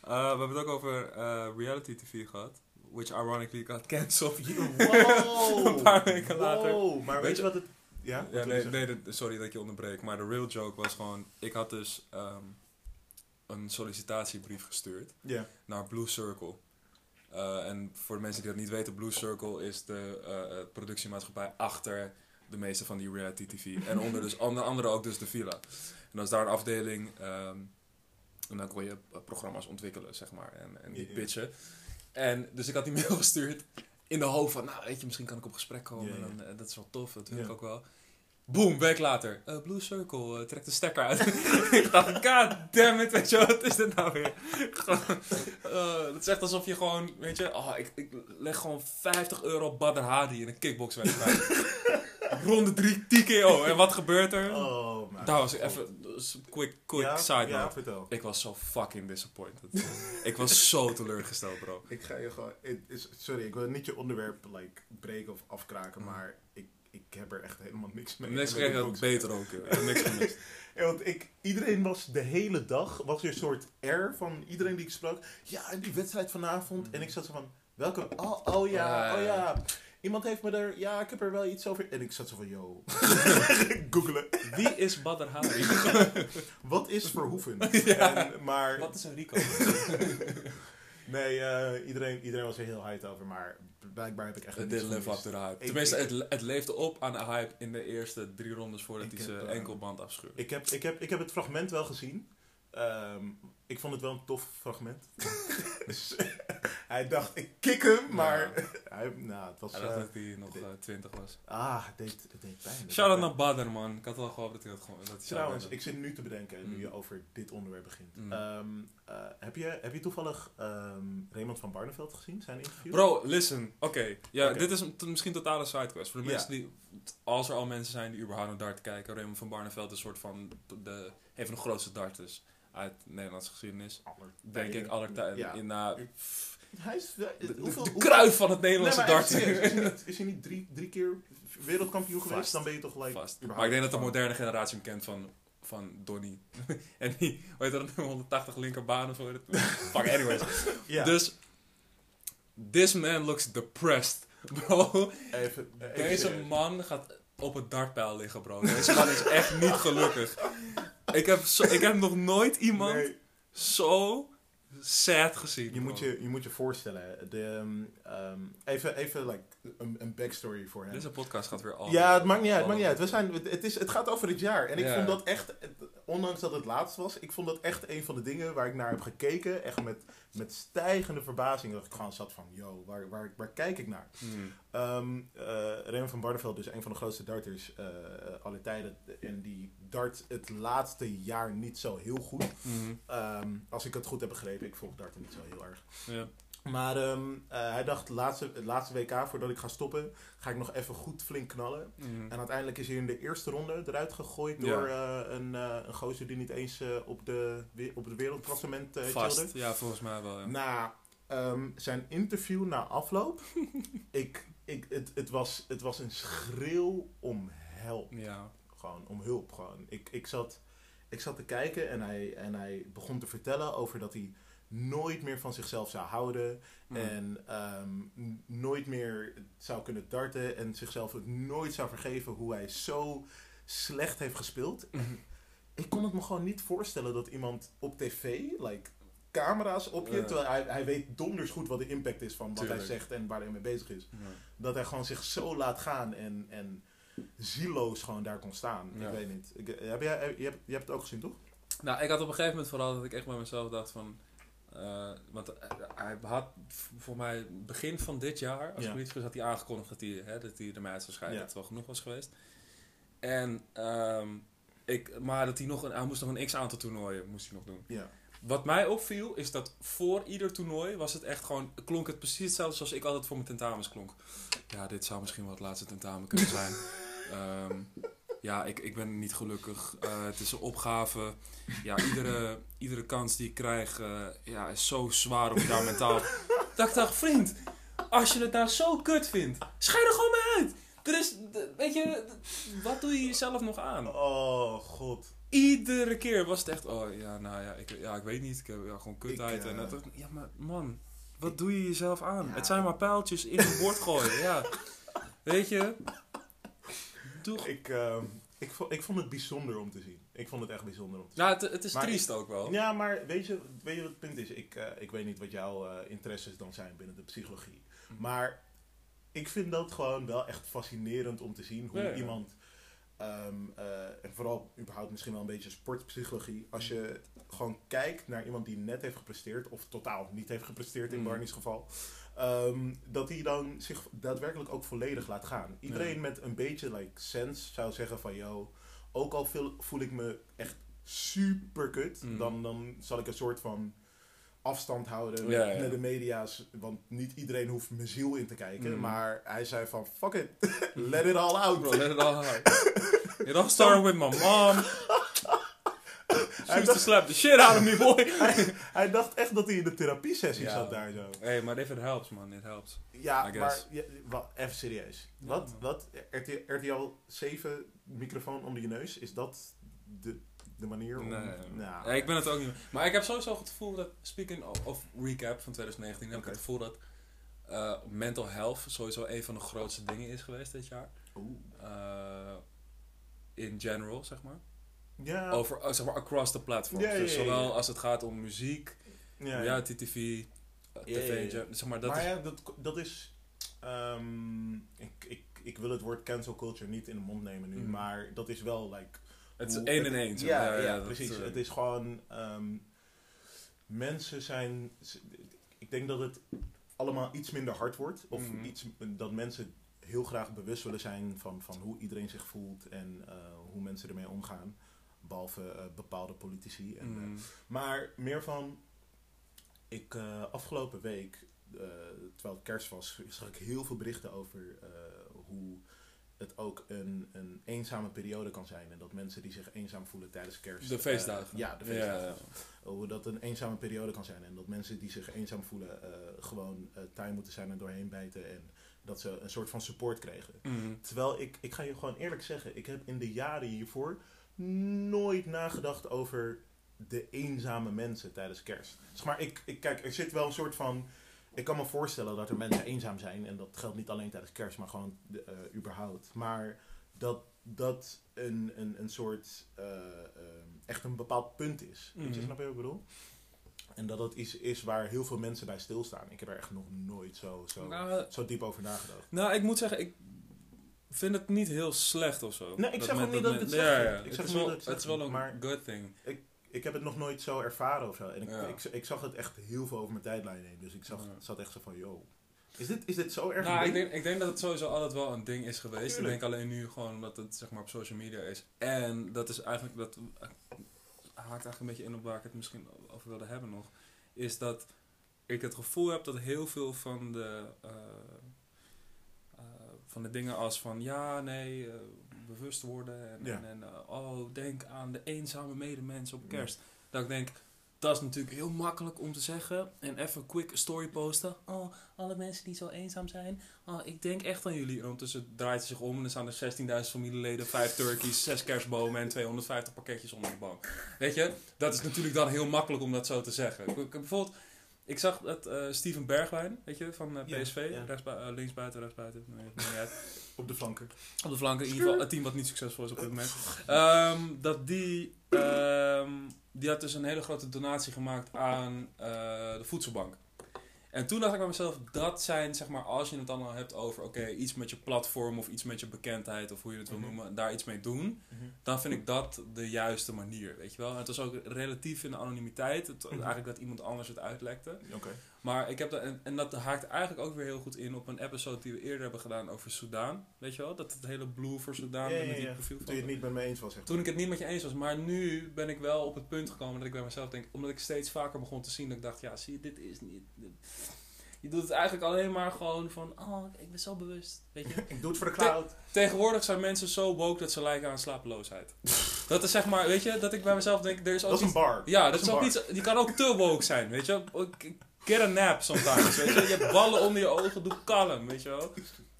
[SPEAKER 2] Eh, we hebben het ook over eh, reality tv gehad. Which ironically got cancelled.
[SPEAKER 1] wow.
[SPEAKER 2] Een paar weken later.
[SPEAKER 1] Wow, Maar weet,
[SPEAKER 2] Weet
[SPEAKER 1] je
[SPEAKER 2] je-
[SPEAKER 1] wat het... Ja? Wat
[SPEAKER 2] Ja,
[SPEAKER 1] wil je
[SPEAKER 2] nee,
[SPEAKER 1] zeggen?
[SPEAKER 2] nee, dat- sorry dat ik je onderbreek. Maar de real joke was gewoon... Ik had dus ehm, een sollicitatiebrief gestuurd
[SPEAKER 1] Ja.
[SPEAKER 2] naar Blue Circle. Eh, en voor de mensen die dat niet weten... Blue Circle is de eh, eh, productiemaatschappij achter de meeste van die reality tv. En onder, dus, onder andere ook dus de Villa. En dan is daar een afdeling... ehm, en dan kon je eh, programma's ontwikkelen, zeg maar. En, en die
[SPEAKER 1] Ja, ja.
[SPEAKER 2] pitchen. En dus ik had die mail gestuurd. in de hoop van, nou weet je, misschien kan ik op gesprek komen.
[SPEAKER 1] Ja, ja.
[SPEAKER 2] Dan, eh, dat is wel tof, dat wil ik
[SPEAKER 1] Ja.
[SPEAKER 2] ook wel. Boom, week later. eh, Blue Circle eh, trekt de stekker uit. ik dacht, god damn it, weet je wel, wat is dit nou weer? Gewoon, eh, het is echt alsof je gewoon, weet je, oh, ik, ik leg gewoon 50 euro op Badr Hadi in een kickboxwedstrijd. Ronde 3 TKO. En wat gebeurt er?
[SPEAKER 1] Oh, man.
[SPEAKER 2] Daar was ik even, dus quick, quick
[SPEAKER 1] ja?
[SPEAKER 2] side note.
[SPEAKER 1] Ja, vertel.
[SPEAKER 2] Ik was zo fucking disappointed. ik was zo teleurgesteld, bro.
[SPEAKER 1] Ik ga je gewoon. het is- sorry, ik wil niet je onderwerp like, breken of afkraken,
[SPEAKER 2] Mm.
[SPEAKER 1] maar ik, ik heb er echt helemaal niks mee.
[SPEAKER 2] Niks
[SPEAKER 1] En
[SPEAKER 2] kreeg
[SPEAKER 1] weet
[SPEAKER 2] ik
[SPEAKER 1] ik
[SPEAKER 2] ook
[SPEAKER 1] ook-
[SPEAKER 2] beter ook. joh. Ik heb Eh, niks gemist.
[SPEAKER 1] Ja, want ik, iedereen was de hele dag, was er een soort R van iedereen die ik sprak. Ja, en die wedstrijd vanavond.
[SPEAKER 2] Mm.
[SPEAKER 1] En ik zat zo van, welke? Oh, oh ja,
[SPEAKER 2] Ah,
[SPEAKER 1] oh
[SPEAKER 2] ja.
[SPEAKER 1] ja. Iemand heeft me er, ja, ik heb er wel iets over. En ik zat zo van, yo, googelen.
[SPEAKER 2] Wie is Badr Hari?
[SPEAKER 1] Wat is Verhoeven?
[SPEAKER 2] Ja.
[SPEAKER 1] En, maar
[SPEAKER 2] Wat is een Rico?
[SPEAKER 1] nee, eh, iedereen, iedereen was er heel hyped over, maar blijkbaar heb ik echt
[SPEAKER 2] Het
[SPEAKER 1] niks
[SPEAKER 2] did live up
[SPEAKER 1] gemist.
[SPEAKER 2] to the hype.
[SPEAKER 1] Ik-
[SPEAKER 2] Tenminste,
[SPEAKER 1] ik-
[SPEAKER 2] het, le- het leefde op aan de hype in de eerste drie rondes voordat
[SPEAKER 1] Ik
[SPEAKER 2] hij zijn
[SPEAKER 1] heb, eh,
[SPEAKER 2] enkelband afscheurde.
[SPEAKER 1] Ik heb, ik, heb, ik heb het fragment wel gezien. Ehm, ik vond het wel een tof fragment. Dus, hij dacht, ik kik hem, maar... Hij, nou, het was...
[SPEAKER 2] Hij dacht
[SPEAKER 1] eh,
[SPEAKER 2] dat hij nog eh, 20 was.
[SPEAKER 1] ah, het deed, het deed pijn. Het
[SPEAKER 2] Shout-out
[SPEAKER 1] deed
[SPEAKER 2] naar Badr, man. Ik had wel gehoopt dat hij dat gewoon... Dat hij
[SPEAKER 1] pijn.
[SPEAKER 2] zou
[SPEAKER 1] Trouwens,
[SPEAKER 2] winnen.
[SPEAKER 1] ik zit nu te bedenken, nu
[SPEAKER 2] Mm.
[SPEAKER 1] je over dit onderwerp begint.
[SPEAKER 2] Mm.
[SPEAKER 1] Ehm, eh, heb, je, heb je toevallig ehm Raymond van Barneveld gezien, zijn interview?
[SPEAKER 2] Bro, listen. Oké, ja,
[SPEAKER 1] Oké.
[SPEAKER 2] dit is een- misschien een totale sidequest. Voor de
[SPEAKER 1] Ja.
[SPEAKER 2] mensen die, als er al mensen zijn die überhaupt naar dart kijken, Raymond van Barneveld is een soort van de, een van de grootste darters uit Nederlandse geschiedenis.
[SPEAKER 1] Aller
[SPEAKER 2] Denk
[SPEAKER 1] tijden.
[SPEAKER 2] ik aller tijden.
[SPEAKER 1] Ja.
[SPEAKER 2] In, nou, na-
[SPEAKER 1] Hij is... eh,
[SPEAKER 2] de, de,
[SPEAKER 1] hoeveel,
[SPEAKER 2] de
[SPEAKER 1] hoeveel-
[SPEAKER 2] kruif van het
[SPEAKER 1] Nee,
[SPEAKER 2] Nederlandse
[SPEAKER 1] maar echt
[SPEAKER 2] darten.
[SPEAKER 1] serieus, Is hij niet, is hij niet drie, drie keer wereldkampioen
[SPEAKER 2] Vast.
[SPEAKER 1] geweest? Dan ben je toch like...
[SPEAKER 2] Vast. Maar ik
[SPEAKER 1] überhaupt
[SPEAKER 2] denk dat de
[SPEAKER 1] van-
[SPEAKER 2] moderne generatie hem kent van, van Donny. en die, weet je dat, 180 linkerbaan of zo. Fuck, anyways.
[SPEAKER 1] Ja.
[SPEAKER 2] Dus, this man looks depressed, bro.
[SPEAKER 1] Even, even
[SPEAKER 2] Deze
[SPEAKER 1] serieus.
[SPEAKER 2] man gaat op het dartpijl liggen, bro. Deze man is echt niet gelukkig. Ik heb, zo, ik heb nog nooit iemand
[SPEAKER 1] Nee,
[SPEAKER 2] zo sad gezien.
[SPEAKER 1] je,
[SPEAKER 2] bro.
[SPEAKER 1] moet je, je moet je voorstellen. De, ehm, ehm, even even like, een, een backstory voor hem.
[SPEAKER 2] Deze podcast gaat weer al.
[SPEAKER 1] ja, het maakt niet uit.
[SPEAKER 2] al-
[SPEAKER 1] Het, maakt niet uit. We zijn, het- het, is, het gaat over dit jaar. En ik
[SPEAKER 2] Ja.
[SPEAKER 1] vond dat echt, het- ondanks dat het laatst was, ik vond dat echt een van de dingen waar ik naar heb gekeken. Echt met, met stijgende verbazing. Dat ik gewoon zat van, yo, waar, waar, waar kijk ik naar?
[SPEAKER 2] Hmm.
[SPEAKER 1] Ehm eh, Raymond van Barneveld, dus een van de grootste darters eh alle tijden. En die dart het laatste jaar niet zo heel goed.
[SPEAKER 2] Mhm.
[SPEAKER 1] Ehm, als ik het goed heb begrepen, ik volg darten niet zo heel erg.
[SPEAKER 2] Ja.
[SPEAKER 1] Maar ehm, eh, hij dacht, laatste, het laatste WK voordat ik ga stoppen, ga ik nog even goed flink knallen.
[SPEAKER 2] Mhm.
[SPEAKER 1] En uiteindelijk is hij in de eerste ronde eruit gegooid door eh, een, eh, een gozer die niet eens eh, op, de, we- op het wereldklassement eh chillde.
[SPEAKER 2] Vast. Ja, volgens mij wel. Ja.
[SPEAKER 1] Na ehm, zijn interview na afloop, ik, ik, het, het, was, het was een schreeuw om help.
[SPEAKER 2] Ja.
[SPEAKER 1] Gewoon om hulp. Gewoon. Ik, ik, zat, ik zat te kijken en hij, en hij begon te vertellen over dat hij nooit meer van zichzelf zou houden.
[SPEAKER 2] Mhm.
[SPEAKER 1] En ehm, n- nooit meer zou kunnen darten. En zichzelf het nooit zou vergeven hoe hij zo slecht heeft gespeeld.
[SPEAKER 2] Mhm.
[SPEAKER 1] Ik kon het me gewoon niet voorstellen dat iemand op tv, like camera's op je,
[SPEAKER 2] Ja.
[SPEAKER 1] terwijl hij, hij weet donders goed wat de impact is van wat hij
[SPEAKER 2] Tuurlijk.
[SPEAKER 1] zegt en waar hij mee bezig is
[SPEAKER 2] Ja.
[SPEAKER 1] dat hij gewoon zich zo laat gaan en, en zieloos gewoon daar kon staan.
[SPEAKER 2] Ja.
[SPEAKER 1] Ik weet niet. Ik, eh, heb jij, heb- je, hebt, je hebt het ook gezien, toch?
[SPEAKER 2] Nou, ik had op een gegeven moment vooral dat ik echt bij mezelf dacht van... eh, want eh, hij had v- voor mij begin van dit jaar, als
[SPEAKER 1] Ja.
[SPEAKER 2] ik me niet vergis, had hij aangekondigd dat hij, hè, dat hij ermee uit zou scheiden.
[SPEAKER 1] Ja.
[SPEAKER 2] Dat het wel genoeg was geweest. En, ehm, ik, maar dat hij, nog een, hij moest nog een x-aantal toernooien moest hij nog doen.
[SPEAKER 1] Ja.
[SPEAKER 2] Wat mij opviel is dat voor ieder toernooi was het echt gewoon, klonk het precies hetzelfde zoals ik altijd voor mijn tentamens klonk. Ja, dit zou misschien wel het laatste tentamen kunnen zijn. Ehm, ja, ik, ik ben niet gelukkig. Eh, het is een opgave. Ja, iedere, iedere kans die ik krijg eh, ja, is zo zwaar om je daar mentaal... dat ik dacht, vriend, als je het nou zo kut vindt, schijn er gewoon mee uit. Er is, d- weet je, d- wat doe je jezelf nog aan?
[SPEAKER 1] Oh, god.
[SPEAKER 2] Iedere keer was het echt, oh ja, nou ja, ik, ja, ik weet niet, ik heb ja, gewoon kutheid.
[SPEAKER 1] Ik, eh,
[SPEAKER 2] en dat, ja, maar man, wat doe je jezelf aan?
[SPEAKER 1] Ja,
[SPEAKER 2] het zijn maar pijltjes in een bord gooien, ja. Weet je? Doe gewoon-
[SPEAKER 1] Ik, ehm, ik, vond, ik vond het bijzonder om te zien. Ik vond het echt bijzonder om te zien.
[SPEAKER 2] Nou, het, het is
[SPEAKER 1] Maar
[SPEAKER 2] triest ook wel.
[SPEAKER 1] Ja, maar weet je, weet je wat het punt is? Ik, eh, ik weet niet wat jouw eh, interesses dan zijn binnen de psychologie.
[SPEAKER 2] Hm.
[SPEAKER 1] Maar ik vind dat gewoon wel echt fascinerend om te zien hoe
[SPEAKER 2] Ja, ja.
[SPEAKER 1] iemand. ehm, eh, en vooral überhaupt misschien wel een beetje sportpsychologie. Als
[SPEAKER 2] Hm.
[SPEAKER 1] je gewoon kijkt naar iemand die net heeft gepresteerd, of totaal niet heeft gepresteerd in
[SPEAKER 2] Mm.
[SPEAKER 1] Barney's geval. ehm, Ehm, dat hij dan zich daadwerkelijk ook volledig laat gaan. Iedereen
[SPEAKER 2] Ja.
[SPEAKER 1] met een beetje like, sense zou zeggen van... Yo, ook al voel, voel ik me echt super kut...
[SPEAKER 2] Mm.
[SPEAKER 1] Dan, dan zal ik een soort van afstand houden
[SPEAKER 2] Ja, ja.
[SPEAKER 1] met de media's. Want niet iedereen hoeft mijn ziel in te kijken.
[SPEAKER 2] Mm.
[SPEAKER 1] Maar hij zei van... Fuck it, let it all out.
[SPEAKER 2] Bro, let it all out. It all started with my mom. She used to slap the shit out of me, boy.
[SPEAKER 1] hij, hij dacht echt dat hij in de therapiesessie
[SPEAKER 2] Ja.
[SPEAKER 1] zat daar zo.
[SPEAKER 2] Hey, maar even helps, man. It helps.
[SPEAKER 1] Ja,
[SPEAKER 2] I
[SPEAKER 1] maar
[SPEAKER 2] guess.
[SPEAKER 1] ja, wa- even serieus.
[SPEAKER 2] Ja,
[SPEAKER 1] Wat,
[SPEAKER 2] man.
[SPEAKER 1] wat RT, RTL 7 microfoon onder je neus, is dat de, de manier om...
[SPEAKER 2] Nee.
[SPEAKER 1] Nou,
[SPEAKER 2] Ja, ik ben het ook niet. Maar ik heb sowieso het gevoel dat, speaking of, of recap van 2019, heb
[SPEAKER 1] Oké.
[SPEAKER 2] ik het gevoel dat eh, mental health sowieso een van de grootste dingen is geweest dit jaar.
[SPEAKER 1] oeh.
[SPEAKER 2] Eh, in general, zeg maar.
[SPEAKER 1] Ja,
[SPEAKER 2] Over, eh, zeg maar, across the platforms.
[SPEAKER 1] Ja, ja,
[SPEAKER 2] Dus
[SPEAKER 1] ja, ja.
[SPEAKER 2] zowel als het gaat om muziek,
[SPEAKER 1] ja, ja.
[SPEAKER 2] reality tv, eh,
[SPEAKER 1] Ja, ja, ja.
[SPEAKER 2] tv, zeg maar, dat
[SPEAKER 1] maar
[SPEAKER 2] is...
[SPEAKER 1] ja, dat, dat is... ehm, ik, ik, ik wil het woord cancel culture niet in de mond nemen nu,
[SPEAKER 2] Mhm.
[SPEAKER 1] maar dat is wel like...
[SPEAKER 2] Het is
[SPEAKER 1] hoe-
[SPEAKER 2] één
[SPEAKER 1] het-
[SPEAKER 2] en één. zeg
[SPEAKER 1] Ja,
[SPEAKER 2] maar.
[SPEAKER 1] ja,
[SPEAKER 2] dat,
[SPEAKER 1] precies.
[SPEAKER 2] eh,
[SPEAKER 1] het is gewoon... ehm, mensen zijn... Ik denk dat het allemaal iets minder hard wordt. Of
[SPEAKER 2] Mhm.
[SPEAKER 1] iets, dat mensen heel graag bewust willen zijn van, van hoe iedereen zich voelt en eh, hoe mensen ermee omgaan. Behalve eh, bepaalde politici. En, eh,
[SPEAKER 2] mm,
[SPEAKER 1] maar meer van, ik eh, afgelopen week, eh, terwijl het kerst was, zag ik heel veel berichten over eh, hoe het ook een, een eenzame periode kan zijn. En dat mensen die zich eenzaam voelen tijdens kerst.
[SPEAKER 2] de
[SPEAKER 1] eh,
[SPEAKER 2] feestdagen.
[SPEAKER 1] ja, de feestdagen.
[SPEAKER 2] ja.
[SPEAKER 1] Hoe dat een eenzame periode kan zijn. En dat mensen die zich eenzaam voelen eh, gewoon eh taai moeten zijn en doorheen bijten. En dat ze een soort van support kregen.
[SPEAKER 2] Mm.
[SPEAKER 1] Terwijl ik, ik ga je gewoon eerlijk zeggen, ik heb in de jaren hiervoor nooit nagedacht over de eenzame mensen tijdens kerst. Zeg maar, ik, ik, kijk, er zit wel een soort van. Ik kan me voorstellen dat er mensen eenzaam zijn. En dat geldt niet alleen tijdens kerst, maar gewoon eh, überhaupt. Maar dat dat een, een, een soort. eh, ehm, echt een bepaald punt is. Weet je,
[SPEAKER 2] Mhm.
[SPEAKER 1] snap je wat ik bedoel? En dat dat iets is waar heel veel mensen bij stilstaan. Ik heb er echt nog nooit zo, zo,
[SPEAKER 2] Nou,
[SPEAKER 1] zo diep over nagedacht.
[SPEAKER 2] Nou, ik moet zeggen, ik vind het niet heel slecht of zo.
[SPEAKER 1] Nee, Nou, ik zeg
[SPEAKER 2] men-
[SPEAKER 1] ook niet dat ik
[SPEAKER 2] men-
[SPEAKER 1] het slecht
[SPEAKER 2] Ja,
[SPEAKER 1] vind.
[SPEAKER 2] ja.
[SPEAKER 1] Ik
[SPEAKER 2] Het
[SPEAKER 1] zeg
[SPEAKER 2] is
[SPEAKER 1] niet
[SPEAKER 2] wel-
[SPEAKER 1] dat ik het
[SPEAKER 2] Het is
[SPEAKER 1] slecht
[SPEAKER 2] wel een
[SPEAKER 1] vind, maar-
[SPEAKER 2] good thing.
[SPEAKER 1] ik heb het nog nooit zo ervaren of zo. En ik,
[SPEAKER 2] Ja.
[SPEAKER 1] ik, ik zag het echt heel veel over mijn tijdlijn heen. Dus ik zag,
[SPEAKER 2] Ja.
[SPEAKER 1] zat echt zo van, yo, is dit, is dit zo erg?
[SPEAKER 2] Nou,
[SPEAKER 1] een
[SPEAKER 2] ik
[SPEAKER 1] ding?
[SPEAKER 2] denk, ik denk dat het sowieso altijd wel een ding is geweest. Ik
[SPEAKER 1] Tuurlijk.
[SPEAKER 2] denk alleen nu gewoon dat het zeg maar, op social media is. En dat is eigenlijk, dat haakt eigenlijk een beetje in op waar ik het misschien over wilde hebben nog. Is dat ik het gevoel heb dat heel veel van de, eh, eh, van de dingen als van ja, nee, eh, bewust worden. En,
[SPEAKER 1] Ja.
[SPEAKER 2] en, en, eh, oh, denk aan de eenzame medemens op
[SPEAKER 1] Ja.
[SPEAKER 2] kerst. Dat ik denk, dat is natuurlijk heel makkelijk om te zeggen. En even quick story posten. Oh, alle mensen die zo eenzaam zijn. Oh, ik denk echt aan jullie. En ondertussen draait ze zich om en er staan er 16.000 familieleden, 5 turkeys, 6 kerstbomen en 250 pakketjes onder de bank. Weet je, dat is natuurlijk dan heel makkelijk om dat zo te zeggen. Ik, ik- bijvoorbeeld, ik zag dat eh, Steven Bergwijn, weet je, van eh,
[SPEAKER 1] Ja,
[SPEAKER 2] PSV.
[SPEAKER 1] ja.
[SPEAKER 2] rechtsbui- eh, linksbuiten, rechtsbuiten. Nee, maakt niet uit.
[SPEAKER 1] Op de flanken.
[SPEAKER 2] Op de flanken, in ieder geval het team wat niet succesvol is op dit moment. Ehm, dat die, ehm, die had dus een hele grote donatie gemaakt aan eh, de voedselbank. En toen dacht ik bij mezelf, dat zijn zeg maar, als je het dan al hebt over oké, iets met je platform of iets met je bekendheid of hoe je het wil
[SPEAKER 1] Mhm.
[SPEAKER 2] noemen, daar iets mee doen dan vind ik dat de juiste manier, weet je wel. En het was ook relatief in de anonimiteit, het,
[SPEAKER 1] Mhm.
[SPEAKER 2] eigenlijk dat iemand anders het uitlekte.
[SPEAKER 1] Oké.
[SPEAKER 2] Maar ik heb dat, en, en dat haakt eigenlijk ook weer heel goed in op een episode die we eerder hebben gedaan over Soudaan, weet je wel. Dat het hele blue voor Soudaan
[SPEAKER 1] Ja,
[SPEAKER 2] en
[SPEAKER 1] ja,
[SPEAKER 2] met die
[SPEAKER 1] ja. Toen
[SPEAKER 2] profielfoto.
[SPEAKER 1] je het niet met me eens was, zeg maar.
[SPEAKER 2] Toen ik het niet met je eens was, maar nu ben ik wel op het punt gekomen dat ik bij mezelf denk, omdat ik steeds vaker begon te zien dat ik dacht, ja, zie je, dit is niet. dit- Je doet het eigenlijk alleen maar gewoon van, oh, ik ben zo bewust, weet je.
[SPEAKER 1] Ik doe het voor de cloud.
[SPEAKER 2] Tegenwoordig zijn mensen zo woke dat ze lijken aan slapeloosheid. dat is zeg maar, weet je, dat ik bij mezelf denk, er is ook
[SPEAKER 1] Dat is een
[SPEAKER 2] iets...
[SPEAKER 1] bar.
[SPEAKER 2] Ja, dat,
[SPEAKER 1] Dat is
[SPEAKER 2] is ook
[SPEAKER 1] een
[SPEAKER 2] iets... Je kan ook te woke zijn, weet je. Oh, Get a nap sometimes, weet je. Je hebt ballen onder je ogen, doe kalm, weet je wel.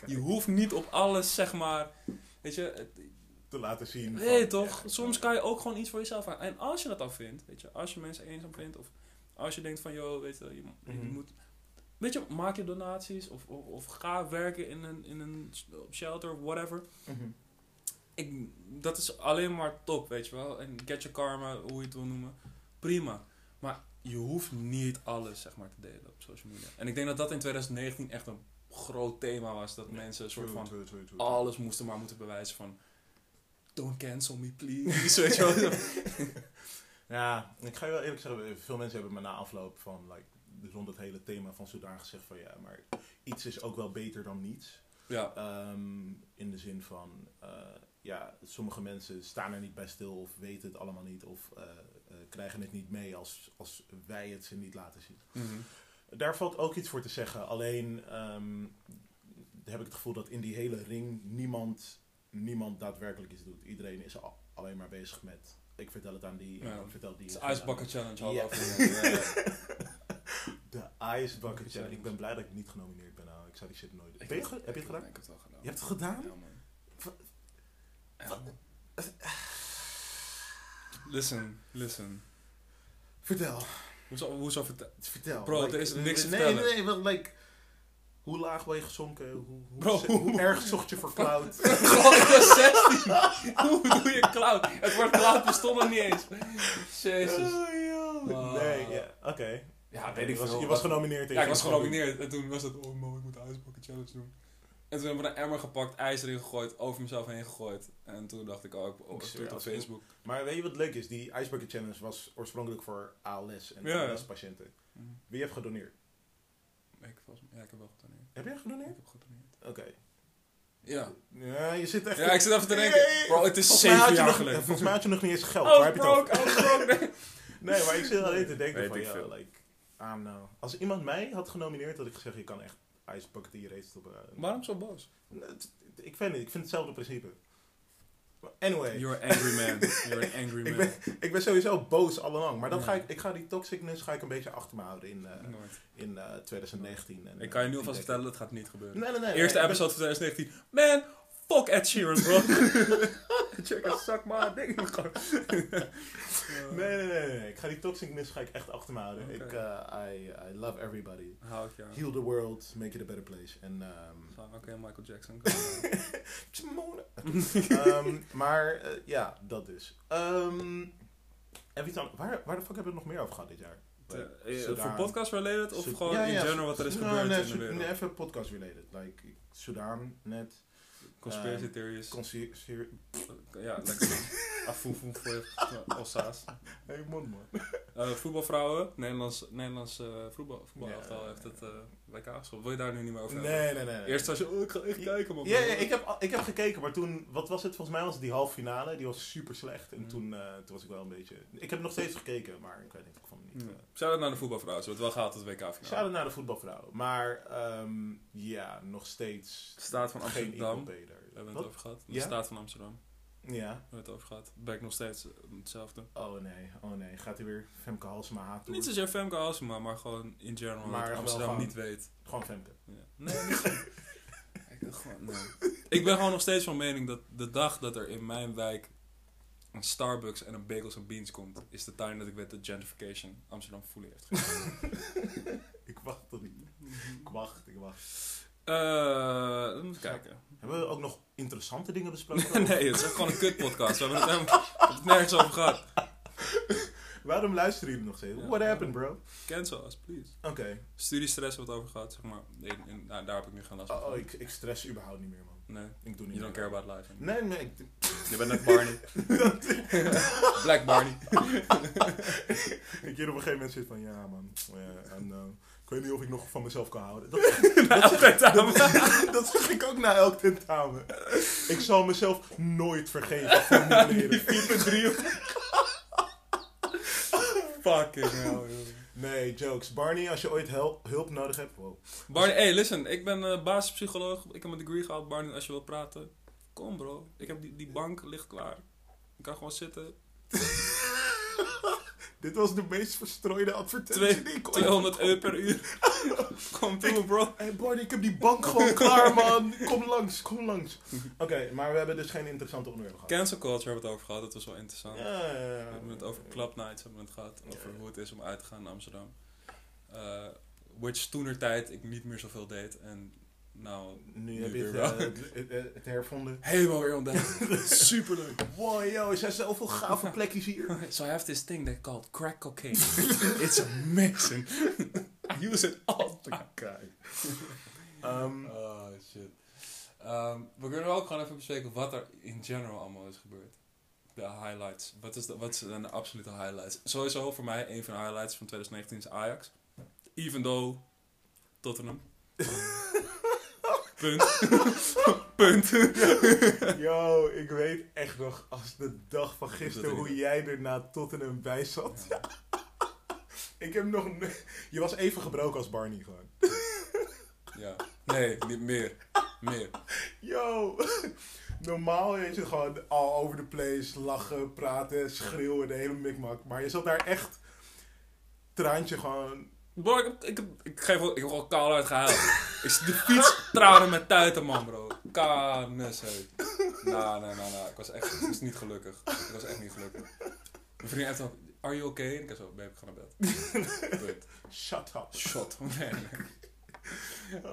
[SPEAKER 2] Je hoeft niet op alles, zeg maar... Weet je, het-
[SPEAKER 1] Te laten zien. van-
[SPEAKER 2] Nee, toch?
[SPEAKER 1] Ja.
[SPEAKER 2] Soms kan je ook gewoon iets voor jezelf aan. En als je dat dan vindt, weet je, als je mensen eenzaam vindt, of als je denkt van, joh, weet je, je, je
[SPEAKER 1] Mhm.
[SPEAKER 2] moet. Weet je, maak je donaties of, of, of ga werken in een, in een shelter, whatever.
[SPEAKER 1] Mhm.
[SPEAKER 2] Ik, dat is alleen maar top, weet je wel. En get your karma, hoe je het wil noemen. Prima. Maar je hoeft niet alles, zeg maar, te delen op social media. En ik denk dat dat in 2019 echt een groot thema was. Dat
[SPEAKER 1] Ja,
[SPEAKER 2] mensen een soort
[SPEAKER 1] True,
[SPEAKER 2] van
[SPEAKER 1] true, true, true.
[SPEAKER 2] alles moesten maar moeten bewijzen van... Don't cancel me, please. Weet je wel?
[SPEAKER 1] Ja, ik ga je wel eerlijk zeggen, veel mensen hebben me na afloop van, like, rond het hele thema van Soudaan gezegd van ja, maar iets is ook wel beter dan niets.
[SPEAKER 2] Ja,
[SPEAKER 1] Ehm, in de zin van, eh, ja, sommige mensen staan er niet bij stil of weten het allemaal niet of eh, eh, krijgen het niet mee als, als wij het ze niet laten zien.
[SPEAKER 2] mhm.
[SPEAKER 1] Daar valt ook iets voor te zeggen. Alleen ehm, heb ik het gevoel dat in die hele ring niemand, niemand daadwerkelijk iets doet. Iedereen is al- alleen maar bezig met. Ik vertel het aan die. en
[SPEAKER 2] Ja.
[SPEAKER 1] Ik vertel die.
[SPEAKER 2] het is
[SPEAKER 1] en
[SPEAKER 2] de Ice Bucket Challenge al
[SPEAKER 1] Ja.
[SPEAKER 2] over. Ja, ja.
[SPEAKER 1] De Ice Bucket Challenge.
[SPEAKER 2] Challenge.
[SPEAKER 1] Ik ben blij dat ik niet genomineerd ben. Nou, ik zou die shit nooit.
[SPEAKER 2] Ik
[SPEAKER 1] Ben je
[SPEAKER 2] ook.
[SPEAKER 1] ge- heb je het gedaan?
[SPEAKER 2] Ik heb het wel gedaan.
[SPEAKER 1] Je hebt het gedaan?
[SPEAKER 2] Ja, man.
[SPEAKER 1] Wat-
[SPEAKER 2] Ja, man. Listen, listen.
[SPEAKER 1] Vertel.
[SPEAKER 2] Hoezo, hoezo vertel...
[SPEAKER 1] Vertel.
[SPEAKER 2] Bro, er is niks te
[SPEAKER 1] nee,
[SPEAKER 2] vertellen.
[SPEAKER 1] Nee, nee, want like. Hoe laag ben je gezonken? Hoe, hoe,
[SPEAKER 2] Bro,
[SPEAKER 1] hoe, erg zocht je voor cloud?
[SPEAKER 2] Gewoon ik was 16! Hoe doe je cloud? Het woord cloud bestond nog niet eens. Jezus.
[SPEAKER 1] Oh, joh.
[SPEAKER 2] Ah.
[SPEAKER 1] Nee, ja. Oké.
[SPEAKER 2] Ja, weet
[SPEAKER 1] Je
[SPEAKER 2] ik
[SPEAKER 1] was-
[SPEAKER 2] veel.
[SPEAKER 1] Je
[SPEAKER 2] Wat-
[SPEAKER 1] was genomineerd. en
[SPEAKER 2] Ja,
[SPEAKER 1] je
[SPEAKER 2] ik was
[SPEAKER 1] ging het gewoon
[SPEAKER 2] genomineerd. En toen was het, oh man, ik moet de ijsbakken challenge doen. En toen hebben we een emmer gepakt, ijs erin gegooid, over mezelf heen gegooid. En toen dacht ik, oh, ik oh,
[SPEAKER 1] Ik
[SPEAKER 2] ik
[SPEAKER 1] zweer,
[SPEAKER 2] doe het op
[SPEAKER 1] als ik-
[SPEAKER 2] Facebook.
[SPEAKER 1] doen. Maar weet je wat leuk is? Die Ice Bucket Challenge was oorspronkelijk voor ALS en
[SPEAKER 2] Ja, ja.
[SPEAKER 1] ALS-patiënten.
[SPEAKER 2] Mhm.
[SPEAKER 1] Wie heeft gedoneerd?
[SPEAKER 2] Ik, was, ja, ik heb wel gedoneerd.
[SPEAKER 1] Heb jij
[SPEAKER 2] Ik
[SPEAKER 1] gedoneerd?
[SPEAKER 2] heb gedoneerd.
[SPEAKER 1] Oké.
[SPEAKER 2] Ja.
[SPEAKER 1] Oh, Ja, je zit echt...
[SPEAKER 2] ja, ik zit even te
[SPEAKER 1] Nee.
[SPEAKER 2] denken. Bro, het is
[SPEAKER 1] Volgens mij had
[SPEAKER 2] 7
[SPEAKER 1] je
[SPEAKER 2] jaar
[SPEAKER 1] nog-
[SPEAKER 2] geleden.
[SPEAKER 1] Volgens mij had je nog niet eens geld.
[SPEAKER 2] Oh,
[SPEAKER 1] Waar heb je het over?
[SPEAKER 2] broke, oh, broke.
[SPEAKER 1] Nee, maar ik zit alleen te denken
[SPEAKER 2] Weet
[SPEAKER 1] van,
[SPEAKER 2] ik
[SPEAKER 1] ja,
[SPEAKER 2] veel.
[SPEAKER 1] like, ah nou. Als iemand mij had genomineerd, had ik gezegd, je kan echt Ice Bucket hier race op...
[SPEAKER 2] Waarom zo boos?
[SPEAKER 1] Nee, het- Ik weet niet, ik vind hetzelfde principe. Maar Anyway.
[SPEAKER 2] You're an angry man. You're an angry
[SPEAKER 1] Ik
[SPEAKER 2] man.
[SPEAKER 1] ben, ik ben sowieso boos allang. Maar dan
[SPEAKER 2] Ja.
[SPEAKER 1] ga ik, ik ga die toxicness ga ik een beetje achter me houden in, eh,
[SPEAKER 2] Nooit.
[SPEAKER 1] in eh, 2019. En,
[SPEAKER 2] Ik kan je nu
[SPEAKER 1] eh,
[SPEAKER 2] alvast
[SPEAKER 1] die
[SPEAKER 2] vertellen, dat gaat niet gebeuren.
[SPEAKER 1] Nee, nee, nee.
[SPEAKER 2] Eerste
[SPEAKER 1] Ik ben-
[SPEAKER 2] episode van 2019. Man, fuck Ed Sheeran, bro. Check out, suck my dick.
[SPEAKER 1] Nee, nee, nee, nee, nee. Ik ga die toxicness ga ik echt achter me houden.
[SPEAKER 2] Oké.
[SPEAKER 1] Ik, eh, I, I love everybody.
[SPEAKER 2] Hou ik jou.
[SPEAKER 1] Heal the world, make it a better place. En, ehm,
[SPEAKER 2] Van, Oké, Michael Jackson. Eh, go.
[SPEAKER 1] Simone. Ehm, maar eh, ja, dat dus. Ehm en wie dan, waar, waar de fuck hebben we het nog meer over gehad dit jaar?
[SPEAKER 2] Te-
[SPEAKER 1] Like,
[SPEAKER 2] eh,
[SPEAKER 1] Soudaan.
[SPEAKER 2] Voor podcast related of
[SPEAKER 1] Soud-
[SPEAKER 2] gewoon
[SPEAKER 1] Ja,
[SPEAKER 2] in
[SPEAKER 1] ja,
[SPEAKER 2] general wat er is
[SPEAKER 1] Nou,
[SPEAKER 2] gebeurd
[SPEAKER 1] nee,
[SPEAKER 2] in de
[SPEAKER 1] Soud- nee,
[SPEAKER 2] wereld?
[SPEAKER 1] even podcast related. Like, ik- Soudaan, net.
[SPEAKER 2] Conspiracy
[SPEAKER 1] ehm,
[SPEAKER 2] theories.
[SPEAKER 1] Conci- seri-
[SPEAKER 2] ja, lekker.
[SPEAKER 1] Ah,
[SPEAKER 2] Afoefoe voor je
[SPEAKER 1] Oh,
[SPEAKER 2] ossa's.
[SPEAKER 1] hey, mond, man.
[SPEAKER 2] Eh, voetbalvrouwen, Nederlands, Nederlands eh voetbal, voetbalelftal
[SPEAKER 1] Ja.
[SPEAKER 2] heeft het eh WK gespeeld. Wil je daar nu niet meer over
[SPEAKER 1] Nee,
[SPEAKER 2] hebben?
[SPEAKER 1] nee, nee. nee.
[SPEAKER 2] Eerst was je, oh, ik ga echt kijken, man.
[SPEAKER 1] Ja, ja, ik, heb, al- ik heb gekeken, maar toen, wat was het? Volgens mij was het die halve finale, die was super slecht. En
[SPEAKER 2] Mm.
[SPEAKER 1] toen, eh, toen was ik wel een beetje. Ik heb nog steeds gekeken, maar ik weet niet of ik van
[SPEAKER 2] Mm.
[SPEAKER 1] niet. eh,
[SPEAKER 2] Shout-out naar de voetbalvrouwen, ze hebben het wel gehaald, het WK-finale.
[SPEAKER 1] Zouden naar de voetbalvrouwen. Maar ehm, ja, nog steeds.
[SPEAKER 2] Staat van
[SPEAKER 1] geen
[SPEAKER 2] Amsterdam.
[SPEAKER 1] equal pay
[SPEAKER 2] We
[SPEAKER 1] daar.
[SPEAKER 2] hebben
[SPEAKER 1] Wat?
[SPEAKER 2] het over gehad. De
[SPEAKER 1] Ja?
[SPEAKER 2] staat van Amsterdam. We
[SPEAKER 1] Ja.
[SPEAKER 2] hebben het over gehad. Ben ik nog steeds eh, hetzelfde.
[SPEAKER 1] Oh nee, oh nee. Gaat hij weer Femke Halsema haat
[SPEAKER 2] Niet zozeer Femke Halsema, maar gewoon in general.
[SPEAKER 1] Maar
[SPEAKER 2] dat
[SPEAKER 1] wel
[SPEAKER 2] Amsterdam
[SPEAKER 1] gewoon-
[SPEAKER 2] niet weet.
[SPEAKER 1] Gewoon Femke.
[SPEAKER 2] Ja. Nee, niet zo. ik, ben gewoon, nee. ik ben gewoon nog steeds van mening dat de dag dat er in mijn wijk een Starbucks en een Bagels en Beans komt, is de tuin dat ik weet dat gentrification Amsterdam fully heeft gedaan.
[SPEAKER 1] Ik wacht tot niet. Ik wacht, ik wacht.
[SPEAKER 2] Eh, even kijken.
[SPEAKER 1] Hebben we ook nog interessante dingen besproken?
[SPEAKER 2] nee, het is echt gewoon een kutpodcast. We hebben het, helemaal, we hebben het nergens over gehad.
[SPEAKER 1] Waarom luisteren jullie nog steeds?
[SPEAKER 2] Ja.
[SPEAKER 1] What happened, bro?
[SPEAKER 2] Cancel us, please.
[SPEAKER 1] Oké.
[SPEAKER 2] Studiestress hebben we het over gehad, zeg maar. In, in- nou, daar heb ik nu geen last van.
[SPEAKER 1] Oh, oh, ik, ik stress überhaupt niet meer, man.
[SPEAKER 2] Nee,
[SPEAKER 1] Ik doe niet
[SPEAKER 2] you don't care
[SPEAKER 1] meer.
[SPEAKER 2] about life. anymore.
[SPEAKER 1] Nee, nee. ik-
[SPEAKER 2] Je bent net Barney. Black Barney.
[SPEAKER 1] Ik hier op een gegeven moment zit van, ja man, eh, en, eh, ik weet niet of ik nog van mezelf kan houden. Dat, dat, zeg, dat, dat zeg ik ook na elk tentamen. Ik zal mezelf nooit vergeven voor mijn leren. 4.3.
[SPEAKER 2] Fucking hell, joh.
[SPEAKER 1] Nee, jokes. Barney, als je ooit hel- hulp nodig hebt, wow.
[SPEAKER 2] Barney, hey, listen. Ik ben eh, basispsycholoog. Ik heb een degree gehaald. Barney, als je wilt praten, kom bro. Ik heb die, die bank ligt klaar. Ik kan gewoon zitten.
[SPEAKER 1] Dit was de meest verstrooide advertentie
[SPEAKER 2] Twee-
[SPEAKER 1] die ik ooit-
[SPEAKER 2] 200 euro per uur. kom toe, bro.
[SPEAKER 1] Hey Barney, ik heb die bank gewoon klaar man. Kom langs, kom langs. Oké, maar we hebben dus geen interessante onderwerpen gehad.
[SPEAKER 2] Cancel culture hebben we het over gehad. Dat was wel interessant.
[SPEAKER 1] Ja, ja, ja.
[SPEAKER 2] We hebben het over club nights hebben we het gehad. Over
[SPEAKER 1] Ja.
[SPEAKER 2] hoe het is om uit te gaan in Amsterdam. Eh which toenertijd ik niet meer zoveel deed. En nou,
[SPEAKER 1] Nu heb
[SPEAKER 2] Nu
[SPEAKER 1] je het,
[SPEAKER 2] weer wel.
[SPEAKER 1] eh, het- het- het- het hervonden.
[SPEAKER 2] helemaal weer ontdekt. Superleuk.
[SPEAKER 1] Wow, yo, er zijn zoveel gave plekjes hier.
[SPEAKER 2] So I have this thing they called crack cocaine. It's amazing. I use it all the time.
[SPEAKER 1] Ehm,
[SPEAKER 2] Oh shit. Ehm, we kunnen ook gewoon even bespreken wat er in general allemaal is gebeurd. De highlights. Wat, is de, wat zijn de absolute highlights? Sowieso voor mij een van de highlights van 2019 is Ajax. Even though Tottenham. Punt. Punt.
[SPEAKER 1] Yo, ik weet echt nog als de dag van gisteren
[SPEAKER 2] dat
[SPEAKER 1] hoe
[SPEAKER 2] ik-
[SPEAKER 1] jij er na Tottenham bij zat. ik heb nog... ne- Je was even gebroken als Barney gewoon.
[SPEAKER 2] Ja. Nee, niet meer. Meer.
[SPEAKER 1] Yo, normaal is het gewoon all over the place, lachen, praten, schreeuwen, de hele mikmak. Maar je zat daar echt traantje gewoon...
[SPEAKER 2] Bro, ik, heb- ik, heb- ik, geef, wel- ik heb gewoon kaal uitgehaald. ik zit de fiets trouwen met tuiten, man, bro. Kanes, hé. Nou, nee, nee, nee. Ik was echt ik was niet gelukkig. Ik was echt niet gelukkig. Mijn vriendin echt zo, are you okay? En ik was zo, babe, ik ga naar bed. Punt.
[SPEAKER 1] Shut up.
[SPEAKER 2] Shot. Nee, nee.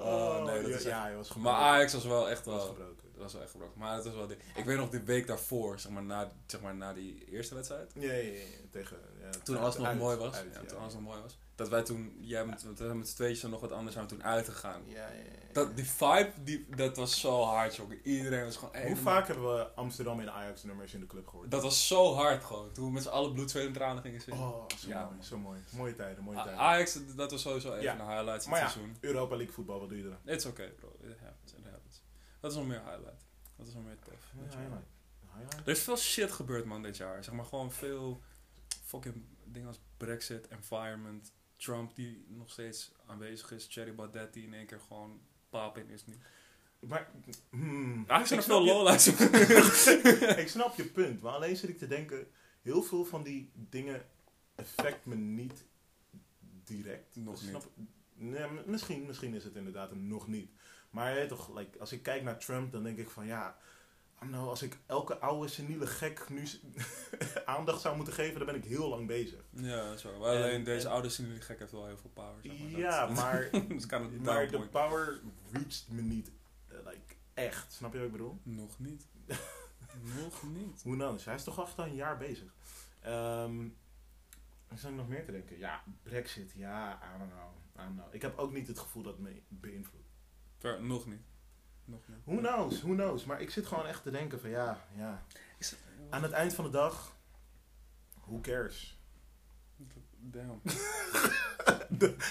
[SPEAKER 1] Oh,
[SPEAKER 2] nee, dat
[SPEAKER 1] je-
[SPEAKER 2] is echt-
[SPEAKER 1] ja, je was
[SPEAKER 2] Maar ah.
[SPEAKER 1] gebroken.
[SPEAKER 2] Ajax was wel echt
[SPEAKER 1] Je was
[SPEAKER 2] wel...
[SPEAKER 1] gebroken.
[SPEAKER 2] Dat was wel echt gebroken. Maar het was wel... dik. Ik weet nog de week daarvoor, zeg maar na, zeg maar, na die eerste wedstrijd.
[SPEAKER 1] Ja, ja, ja, tegen... ja,
[SPEAKER 2] Toen alles nog
[SPEAKER 1] uit-
[SPEAKER 2] mooi was.
[SPEAKER 1] uit,
[SPEAKER 2] ja,
[SPEAKER 1] ja.
[SPEAKER 2] toen alles nog mooi was. Dat wij toen... Jij met, met, met z'n tweetjes en nog wat anders zijn we toen uitgegaan.
[SPEAKER 1] Ja, ja, ja, ja.
[SPEAKER 2] Dat, die vibe, die, dat was zo hard, jongen. Iedereen was gewoon...
[SPEAKER 1] Hoe
[SPEAKER 2] helemaal-
[SPEAKER 1] vaak hebben we Amsterdam in Ajax nummers in de club gehoord?
[SPEAKER 2] Dat was zo hard, gewoon. Toen we met z'n allen bloed, zweet en tranen gingen zingen.
[SPEAKER 1] Oh, zo
[SPEAKER 2] Ja,
[SPEAKER 1] mooi,
[SPEAKER 2] man. Ah,
[SPEAKER 1] zo mooi. Mooie tijden, mooie
[SPEAKER 2] A-
[SPEAKER 1] tijden.
[SPEAKER 2] Ajax, dat was sowieso even
[SPEAKER 1] Ja.
[SPEAKER 2] een highlight van
[SPEAKER 1] Maar
[SPEAKER 2] het
[SPEAKER 1] ja.
[SPEAKER 2] seizoen.
[SPEAKER 1] Europa League voetbal, wat doe je er dan?
[SPEAKER 2] It's okay, bro. It happens, it happens. Dat is nog meer highlight. Dat is nog meer tof. Weet je wel.
[SPEAKER 1] Highlight. Highlight?
[SPEAKER 2] Er is veel shit gebeurd, man, dit jaar. Zeg maar gewoon veel fucking dingen als Brexit, environment, Trump die nog steeds aanwezig is, Cherry Baudet die in één keer gewoon paap in is nu.
[SPEAKER 1] Maar, hmm,
[SPEAKER 2] Eigenlijk zijn
[SPEAKER 1] ik
[SPEAKER 2] er veel
[SPEAKER 1] snap je-
[SPEAKER 2] lola's.
[SPEAKER 1] Ik snap je punt, maar alleen zit ik te denken, heel veel van die dingen affect me niet direct.
[SPEAKER 2] Nog
[SPEAKER 1] Snap- Nee, m- misschien, misschien is het inderdaad een nog niet. Maar je weet toch, like, als ik kijk naar Trump, dan denk ik van ja, nou, als ik elke oude seniele gek nu s- aandacht zou moeten geven, dan ben ik heel lang bezig.
[SPEAKER 2] Ja, dat is waar. Maar
[SPEAKER 1] En-
[SPEAKER 2] alleen deze
[SPEAKER 1] en-
[SPEAKER 2] ouders zien jullie gek heeft wel heel veel power. Zeg maar.
[SPEAKER 1] ja,
[SPEAKER 2] Dat-
[SPEAKER 1] maar,
[SPEAKER 2] dus kan het
[SPEAKER 1] maar de
[SPEAKER 2] daarom
[SPEAKER 1] power reached me niet eh, like, echt. Snap je wat ik bedoel?
[SPEAKER 2] Nog niet. nog niet.
[SPEAKER 1] Hoe dan? Dus Hij is toch echt al een jaar bezig. Ehm wat zou ik nog meer te denken? Ja, Brexit, ja, I don't know. I don't know. Ik heb ook niet het gevoel dat het me beïnvloedt.
[SPEAKER 2] Ver- nog niet. Nog niet.
[SPEAKER 1] Who knows, who knows. Maar ik zit gewoon echt te denken van ja, ja.
[SPEAKER 2] Is het-
[SPEAKER 1] Aan het eind van de dag, who cares?
[SPEAKER 2] Damn.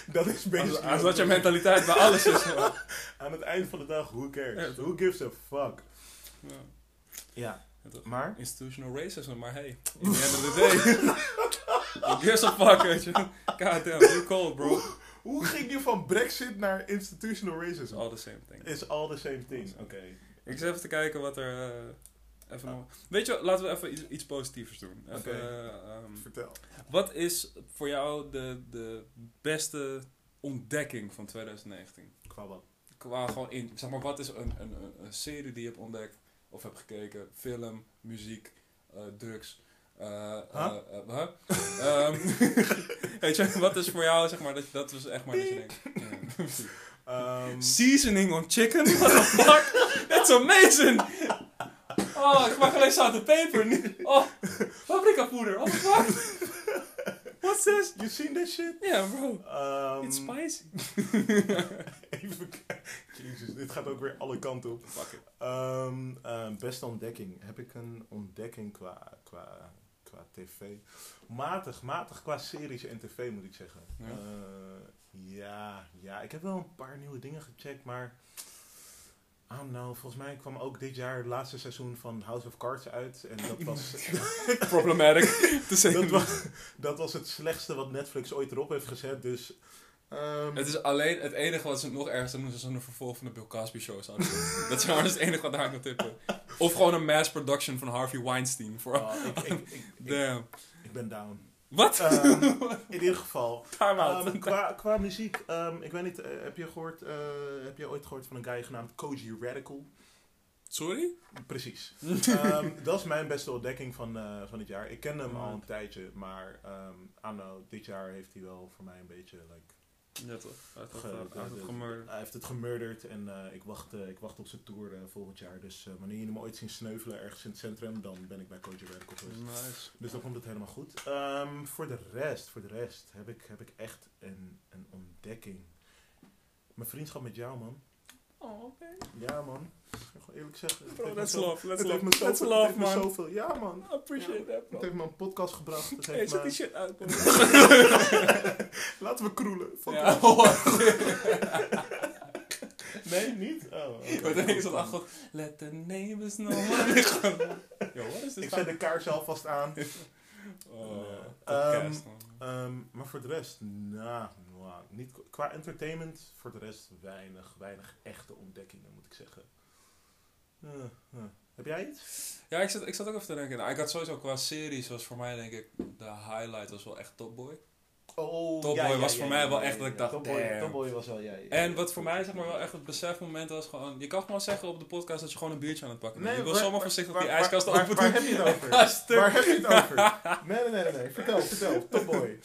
[SPEAKER 1] Dat is
[SPEAKER 2] Als,
[SPEAKER 1] basically...
[SPEAKER 2] als dat je mentaliteit bij alles is. man.
[SPEAKER 1] Aan het eind van de dag, who cares?
[SPEAKER 2] Ja,
[SPEAKER 1] Who gives a fuck?
[SPEAKER 2] Ja.
[SPEAKER 1] Ja,
[SPEAKER 2] Ja, toch.
[SPEAKER 1] maar...
[SPEAKER 2] Institutional racism, maar hey, in the end of the day. Who gives a fuck, weet je? God damn, you cold, bro.
[SPEAKER 1] Hoe ging je van Brexit naar institutional
[SPEAKER 2] It's
[SPEAKER 1] racism?
[SPEAKER 2] all the same thing.
[SPEAKER 1] It's all the same thing. Oké.
[SPEAKER 2] Ik zit even te kijken wat er. eh, even nog- Weet je, wat, laten we even iets, iets positievers doen. Even,
[SPEAKER 1] Oké.
[SPEAKER 2] eh, ehm,
[SPEAKER 1] Vertel.
[SPEAKER 2] wat is voor jou de, de beste ontdekking van 2019?
[SPEAKER 1] Qua wat?
[SPEAKER 2] Qua gewoon in, zeg maar, wat is een, een, een, een serie die je hebt ontdekt of hebt gekeken? Film, muziek, eh, drugs. eh eh, eh, huh? Ehm, weet je, wat is voor jou, zeg maar, dat, dat was echt maar dat je denkt. ja.
[SPEAKER 1] Ehm,
[SPEAKER 2] Seasoning on chicken? What the fuck? That's amazing! Oh, ik mag alleen zout en peper. niet- Oh, paprikapoeder. Oh, fuck. What's this?
[SPEAKER 1] you seen this shit?
[SPEAKER 2] Ja, yeah, bro.
[SPEAKER 1] Ehm,
[SPEAKER 2] It's spicy.
[SPEAKER 1] even kijken. Jezus, dit gaat ook weer alle kanten op.
[SPEAKER 2] Fuck it.
[SPEAKER 1] Ehm, ehm, beste ontdekking. Heb ik een ontdekking qua, qua, qua tv? Matig, matig qua series en tv moet ik zeggen.
[SPEAKER 2] Ja.
[SPEAKER 1] Eh, ja, ja, ik heb wel een paar nieuwe dingen gecheckt, maar... Ah, nou, volgens mij kwam ook dit jaar het laatste seizoen van House of Cards uit. En dat was,
[SPEAKER 2] Problematic. te zeggen.
[SPEAKER 1] dat was, dat was het slechtste wat Netflix ooit erop heeft gezet. Dus, ehm,
[SPEAKER 2] Het is alleen het enige wat ze nog ergens doen, is zo'n vervolg van de Bill Cosby show zouden doen. Dat is maar het enige wat daar aan kan tippen. Of gewoon een mass production van Harvey Weinstein. Voor
[SPEAKER 1] oh, ik, ik, ik, ik,
[SPEAKER 2] Damn.
[SPEAKER 1] ik ben down.
[SPEAKER 2] Wat?
[SPEAKER 1] Ehm, in ieder geval,
[SPEAKER 2] Time out.
[SPEAKER 1] Ehm, qua, qua muziek, ehm, ik weet niet, eh, heb, je gehoord, eh, heb je ooit gehoord van een guy genaamd Koji Radical?
[SPEAKER 2] Sorry?
[SPEAKER 1] Precies. Ehm, dat is mijn beste ontdekking van, eh, van dit jaar. Ik kende hem al een tijdje, maar ehm Anno, dit jaar heeft hij wel voor mij een beetje... Like,
[SPEAKER 2] Ja toch. Uit
[SPEAKER 1] ge- de- de- hij heeft het gemurderd en eh, ik, wacht, eh, ik wacht op zijn tour eh, volgend jaar. Dus eh, wanneer je hem ooit ziet sneuvelen ergens in het centrum, dan ben ik bij Koji Radical geweest.
[SPEAKER 2] Nice.
[SPEAKER 1] Dus dan komt het helemaal goed. Ehm, voor de rest, voor de rest heb ik, heb ik echt een, een ontdekking. Mijn vriendschap met jou, man.
[SPEAKER 2] Oh, oké.
[SPEAKER 1] Ja, man. kan gewoon eerlijk zeggen. het
[SPEAKER 2] Bro,
[SPEAKER 1] heeft me
[SPEAKER 2] that's
[SPEAKER 1] zo-
[SPEAKER 2] love, let's
[SPEAKER 1] het heeft
[SPEAKER 2] love,
[SPEAKER 1] me zoveel-
[SPEAKER 2] let's
[SPEAKER 1] het
[SPEAKER 2] love,
[SPEAKER 1] heeft me
[SPEAKER 2] man.
[SPEAKER 1] zoveel- Ja, man.
[SPEAKER 2] I appreciate that,
[SPEAKER 1] Het
[SPEAKER 2] bro.
[SPEAKER 1] heeft me een podcast gebracht. Het
[SPEAKER 2] Hey,
[SPEAKER 1] heeft
[SPEAKER 2] zet
[SPEAKER 1] me-
[SPEAKER 2] die shit uit, man.
[SPEAKER 1] Laten we kroelen. Fuck
[SPEAKER 2] Ja,
[SPEAKER 1] off. Nee, niet? Oh, oké.
[SPEAKER 2] Wat denk je zo'n achtergrond? Let the neighbors know. Yo, wat is
[SPEAKER 1] Ik
[SPEAKER 2] dit?
[SPEAKER 1] zet de kaars alvast aan.
[SPEAKER 2] Oh,
[SPEAKER 1] Ehm,
[SPEAKER 2] podcast, man.
[SPEAKER 1] Ehm, maar voor de rest, nou, nou, niet qua entertainment, voor de rest weinig, weinig echte ontdekkingen, moet ik zeggen. Eh, eh. Heb jij iets?
[SPEAKER 2] Ja, ik zat, ik zat ook even te denken. Nou, ik had sowieso qua series was voor mij denk ik de highlight was wel echt Top Boy.
[SPEAKER 1] Oh,
[SPEAKER 2] Top Boy was voor mij wel echt dat ik dacht,
[SPEAKER 1] Top Boy,
[SPEAKER 2] damn.
[SPEAKER 1] Top Boy was wel jij.
[SPEAKER 2] En wat voor mij zeg maar wel echt het besefmoment was gewoon... Je kan gewoon zeggen op de podcast dat je gewoon een biertje aan het pakken bent. je wil
[SPEAKER 1] waar-
[SPEAKER 2] zomaar
[SPEAKER 1] waar-
[SPEAKER 2] voorzichtig
[SPEAKER 1] waar-
[SPEAKER 2] die ijskast
[SPEAKER 1] waar-
[SPEAKER 2] open
[SPEAKER 1] Waar
[SPEAKER 2] doen.
[SPEAKER 1] heb je het over?
[SPEAKER 2] Kast er-
[SPEAKER 1] Waar heb je het over? Nee, nee, nee, nee, nee. Vertel, vertel. Top Boy.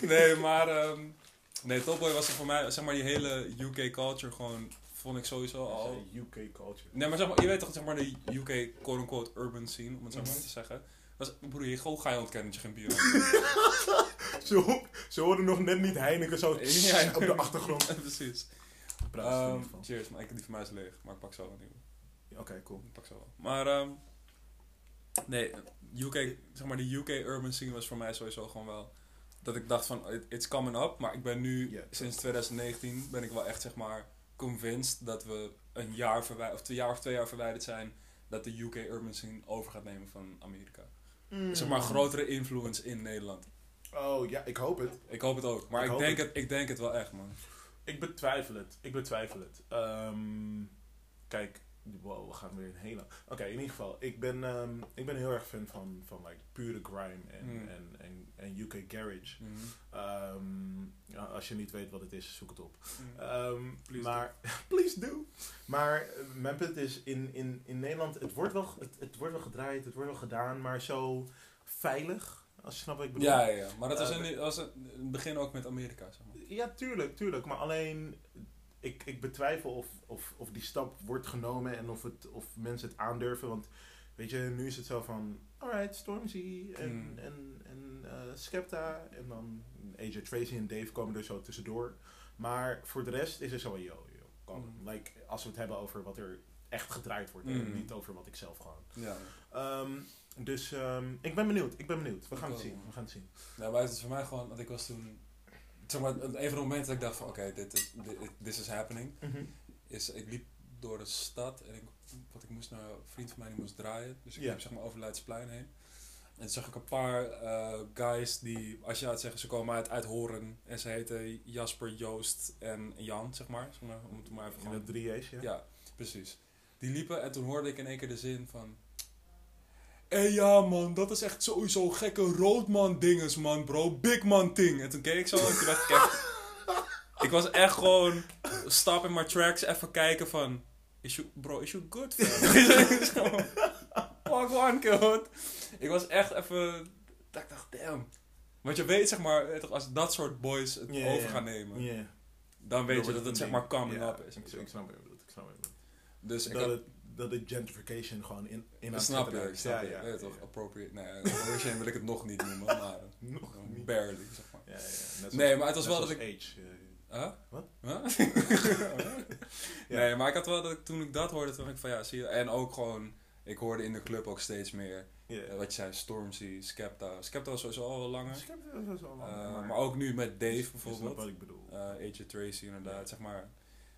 [SPEAKER 2] nee, maar... ehm nee, Top Boy was er voor mij... Zeg maar die hele UK culture gewoon... Vond ik sowieso al...
[SPEAKER 1] UK culture.
[SPEAKER 2] Nee, maar zeg maar, je weet toch, zeg maar, de UK quote-unquote urban scene, om het
[SPEAKER 1] Mhm.
[SPEAKER 2] zo maar te zeggen. Dat is, broer, je gewoon ga je ontkennen dat je geen bier hebt.
[SPEAKER 1] Ze, ze hoorden nog net niet Heineken zo
[SPEAKER 2] Ja.
[SPEAKER 1] op de achtergrond.
[SPEAKER 2] Precies.
[SPEAKER 1] Praat,
[SPEAKER 2] Ehm,
[SPEAKER 1] van.
[SPEAKER 2] cheers, maar ik, die van mij is leeg, maar ik pak zo wel een nieuwe.
[SPEAKER 1] Oké, cool.
[SPEAKER 2] Ik pak zo wel. Maar, ehm nee, UK, zeg maar, de UK urban scene was voor mij sowieso gewoon wel... Dat ik dacht van, it- it's coming up, maar ik ben nu,
[SPEAKER 1] Ja.
[SPEAKER 2] sinds 2019, ben ik wel echt, zeg maar, convinced dat we een jaar verwijderd, of twee jaar of twee jaar verwijderd zijn, dat de UK urban scene over gaat nemen van Amerika.
[SPEAKER 1] Mm.
[SPEAKER 2] zeg maar, grotere influence in Nederland.
[SPEAKER 1] Oh ja, ik hoop het.
[SPEAKER 2] Ik hoop het ook. Maar
[SPEAKER 1] Ik
[SPEAKER 2] ik,
[SPEAKER 1] hoop
[SPEAKER 2] denk, het. ik denk het wel echt, man.
[SPEAKER 1] Ik betwijfel het. Ik betwijfel het. Ehm, kijk, wow, we gaan weer een hele. Oké, in ieder geval, ik ben, ehm, ik ben heel erg fan van, van like, pure grime en,
[SPEAKER 2] Hmm.
[SPEAKER 1] en, en, en UK garage.
[SPEAKER 2] Mhm.
[SPEAKER 1] Ehm, ja, als je niet weet wat het is, zoek het op.
[SPEAKER 2] Mhm.
[SPEAKER 1] Ehm,
[SPEAKER 2] Please
[SPEAKER 1] maar, please do. Maar eh, mijn punt is, in, in, in Nederland, het wordt, wel, ge- het, het wordt wel gedraaid, het wordt wel gedaan, maar zo veilig, als je snapt wat ik bedoel.
[SPEAKER 2] Ja, ja, ja, maar dat was
[SPEAKER 1] Eh,
[SPEAKER 2] in, was in het begin ook met Amerika, zeg maar.
[SPEAKER 1] Ja, tuurlijk, tuurlijk. Maar alleen, ik, ik betwijfel of, of, of die stap wordt genomen en of, het, of mensen het aandurven. Want weet je, nu is het zo van, alright, Stormzy en,
[SPEAKER 2] Hmm.
[SPEAKER 1] en, en eh, Skepta en dan AJ Tracy en Dave komen er zo tussendoor. Maar voor de rest is er zo, yo, yo, kom.
[SPEAKER 2] Hmm.
[SPEAKER 1] Like, als we het hebben over wat er echt gedraaid wordt en
[SPEAKER 2] Hmm.
[SPEAKER 1] niet over wat ik zelf gewoon.
[SPEAKER 2] Ja.
[SPEAKER 1] Ehm, dus ehm, ik ben benieuwd, ik ben benieuwd. We gaan het
[SPEAKER 2] ook,
[SPEAKER 1] zien,
[SPEAKER 2] man.
[SPEAKER 1] we gaan het zien.
[SPEAKER 2] Nou, maar het is voor mij gewoon, want ik was toen... Zeg maar, een van de momenten dat ik dacht van, oké, dit is, dit this is happening.
[SPEAKER 1] Mhm.
[SPEAKER 2] Is, ik liep door de stad en ik, want ik moest naar een vriend van mij die moest draaien. Dus ik
[SPEAKER 1] Ja.
[SPEAKER 2] liep zeg maar over Leidseplein heen. En toen zag ik een paar eh, guys die, als je het zeggen, ze komen uit, uit Horen. En ze heten Jasper, Joost en Jan, zeg maar. Zeg maar, om het maar even
[SPEAKER 1] In
[SPEAKER 2] gewoon
[SPEAKER 1] de drie A's, ja.
[SPEAKER 2] Ja. Precies. Die liepen en toen hoorde ik in één keer de zin van... Hé ja man, dat is echt sowieso gekke roodman dinges man bro, big man ting. En toen keek ik zo en toen dacht ik echt... Ik was echt gewoon stap in mijn tracks even kijken van... Is you, bro, is you good fam? Fuck one kid. Ik was echt even... dat Ik dacht damn. Want je weet zeg maar, weet toch, als dat soort boys het
[SPEAKER 1] Ja, ja,
[SPEAKER 2] over
[SPEAKER 1] ja.
[SPEAKER 2] gaan nemen...
[SPEAKER 1] Ja.
[SPEAKER 2] Dan weet
[SPEAKER 1] Dan
[SPEAKER 2] je dat het
[SPEAKER 1] wordt
[SPEAKER 2] zeg
[SPEAKER 1] een
[SPEAKER 2] maar
[SPEAKER 1] ding.
[SPEAKER 2] coming
[SPEAKER 1] Ja,
[SPEAKER 2] up is.
[SPEAKER 1] Ik, ik snap wat je bedoelt, ik snap wat je bedoelt.
[SPEAKER 2] Dus ik
[SPEAKER 1] dat,
[SPEAKER 2] had-
[SPEAKER 1] het, dat het gentrification gewoon in, in
[SPEAKER 2] Dat snap
[SPEAKER 1] zetten
[SPEAKER 2] je,
[SPEAKER 1] daar
[SPEAKER 2] ik
[SPEAKER 1] is.
[SPEAKER 2] snap je. Weet je toch, appropriate. Nee, appropriation wil ik het nog niet noemen, maar eh,
[SPEAKER 1] Nog niet.
[SPEAKER 2] barely, zeg maar.
[SPEAKER 1] Ja, ja,
[SPEAKER 2] Nee, maar het was wel dat
[SPEAKER 1] ik... Age, eh,
[SPEAKER 2] Huh?
[SPEAKER 1] Wat?
[SPEAKER 2] Huh? nee, maar ik had wel dat ik, toen ik dat hoorde, toen dacht ik van ja, zie je. En ook gewoon, ik hoorde in de club ook steeds meer,
[SPEAKER 1] ja.
[SPEAKER 2] eh, wat je zei, Stormzy, Skepta. Skepta was sowieso al wel langer.
[SPEAKER 1] Scherp, dat is wel
[SPEAKER 2] Eh,
[SPEAKER 1] lang,
[SPEAKER 2] maar ook nu met
[SPEAKER 1] je
[SPEAKER 2] Dave
[SPEAKER 1] snapt
[SPEAKER 2] bijvoorbeeld.
[SPEAKER 1] wat ik bedoel.
[SPEAKER 2] eh AJ Tracy inderdaad, zeg maar.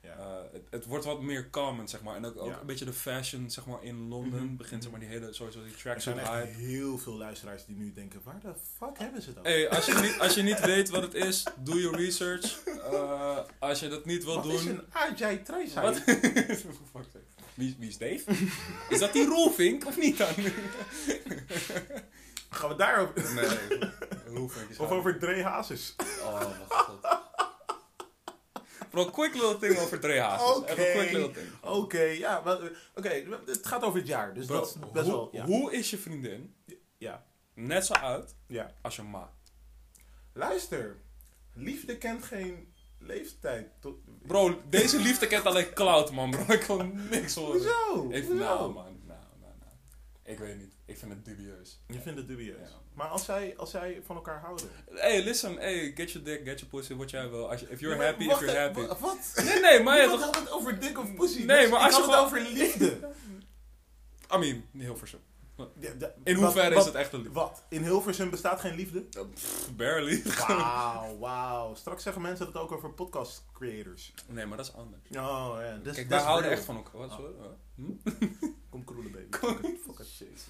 [SPEAKER 1] Ja.
[SPEAKER 2] Eh, het, het wordt wat meer common, zeg maar. En ook, ook
[SPEAKER 1] Ja.
[SPEAKER 2] een beetje de fashion, zeg maar, in Londen.
[SPEAKER 1] Mhm.
[SPEAKER 2] Begint, zeg maar, die hele, sowieso die
[SPEAKER 1] er
[SPEAKER 2] tracksuit
[SPEAKER 1] zijn echt
[SPEAKER 2] hype.
[SPEAKER 1] heel veel luisteraars die nu denken, waar de fuck hebben ze dat?
[SPEAKER 2] Hey, als, je niet, als je niet weet wat het is, doe je research. Eh, als je dat niet wil
[SPEAKER 1] wat
[SPEAKER 2] doen.
[SPEAKER 1] is een AJ Trace?
[SPEAKER 2] Wat? Fuck sake. wie, wie is Dave? Is dat die Roelvink of niet dan?
[SPEAKER 1] Gaan we daarop...
[SPEAKER 2] Nee, Roelvink is.
[SPEAKER 1] Of over Dre Hazes?
[SPEAKER 2] Oh, mijn god. Bro, quick little thing over Dre Hazes.
[SPEAKER 1] Oké.
[SPEAKER 2] Even quick little thing.
[SPEAKER 1] Oké, ja. wel, eh, Oké, het gaat over het jaar, dus
[SPEAKER 2] Bro,
[SPEAKER 1] dat is best
[SPEAKER 2] hoe,
[SPEAKER 1] wel... Ja.
[SPEAKER 2] hoe is je vriendin
[SPEAKER 1] ja.
[SPEAKER 2] net zo oud
[SPEAKER 1] ja.
[SPEAKER 2] als je ma?
[SPEAKER 1] Luister, liefde kent geen leeftijd. Tot...
[SPEAKER 2] Bro, deze liefde kent alleen cloud, man, bro. Ik wil niks horen.
[SPEAKER 1] Hoezo?
[SPEAKER 2] Oh, Ik,
[SPEAKER 1] Hoezo?
[SPEAKER 2] nou, man. Nou, nou, nou. Ik weet niet. Ik vind het dubieus.
[SPEAKER 1] Je vindt het dubieus.
[SPEAKER 2] Ja.
[SPEAKER 1] Maar als zij, als zij van elkaar houden.
[SPEAKER 2] Hey, listen, hey, get your dick, get your pussy, wat jij wil. Als je, if you're
[SPEAKER 1] Ja, maar
[SPEAKER 2] happy, if
[SPEAKER 1] wacht, e-
[SPEAKER 2] you're happy.
[SPEAKER 1] wa- Wat?
[SPEAKER 2] Nee, nee, maar ja,
[SPEAKER 1] Niemand
[SPEAKER 2] toch.
[SPEAKER 1] had het over dik of pussy. Dus
[SPEAKER 2] Nee, maar
[SPEAKER 1] Ik
[SPEAKER 2] als je
[SPEAKER 1] had het
[SPEAKER 2] gewoon-
[SPEAKER 1] over liefde.
[SPEAKER 2] I mean, Hilversum.
[SPEAKER 1] Ja, da-
[SPEAKER 2] In
[SPEAKER 1] wat-
[SPEAKER 2] hoeverre
[SPEAKER 1] wat-
[SPEAKER 2] is het echt een liefde?
[SPEAKER 1] Wat? In Hilversum bestaat geen liefde?
[SPEAKER 2] Pff, Barely.
[SPEAKER 1] Wauw, wauw. Straks zeggen mensen dat ook over podcast creators.
[SPEAKER 2] Nee, maar dat is anders.
[SPEAKER 1] Oh ja, dus
[SPEAKER 2] Kijk, wij houden echt van elkaar.
[SPEAKER 1] Ah.
[SPEAKER 2] Wat, sorry? Hm?
[SPEAKER 1] Kom kroelen, baby. Fuck it.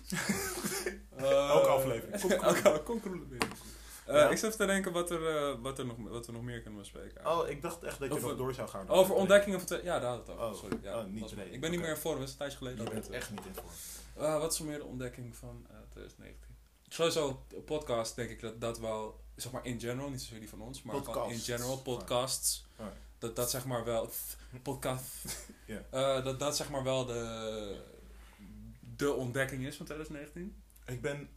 [SPEAKER 2] Elke
[SPEAKER 1] Elke aflevering. Kom kroelen.
[SPEAKER 2] Eh, Elke Kom kroelen binnen. Eh,
[SPEAKER 1] Ja.
[SPEAKER 2] Ik zat te denken wat, er, eh, wat, er nog, wat we nog meer kunnen bespreken.
[SPEAKER 1] Oh, ik dacht echt dat je
[SPEAKER 2] Over-
[SPEAKER 1] nog door zou gaan.
[SPEAKER 2] Over ontdekkingen van... te- Ja, daar had het over.
[SPEAKER 1] Oh,
[SPEAKER 2] Sorry. Ja,
[SPEAKER 1] oh, niet
[SPEAKER 2] was-
[SPEAKER 1] reden.
[SPEAKER 2] Ik ben niet
[SPEAKER 1] Oké.
[SPEAKER 2] meer in vorm, dat is een tijdje geleden.
[SPEAKER 1] Je
[SPEAKER 2] al.
[SPEAKER 1] bent echt niet in vorm.
[SPEAKER 2] Eh, wat is er meer de ontdekking van eh, 2019? Sowieso, de podcast denk ik dat dat wel, zeg maar in general, niet zozeer die van ons, maar van
[SPEAKER 1] Podcasts.
[SPEAKER 2] in general podcasts,
[SPEAKER 1] Alright.
[SPEAKER 2] dat dat zeg maar wel, podcast,
[SPEAKER 1] Ja.
[SPEAKER 2] eh, dat dat zeg maar wel de, de ontdekking is van 2019.
[SPEAKER 1] Ik ben...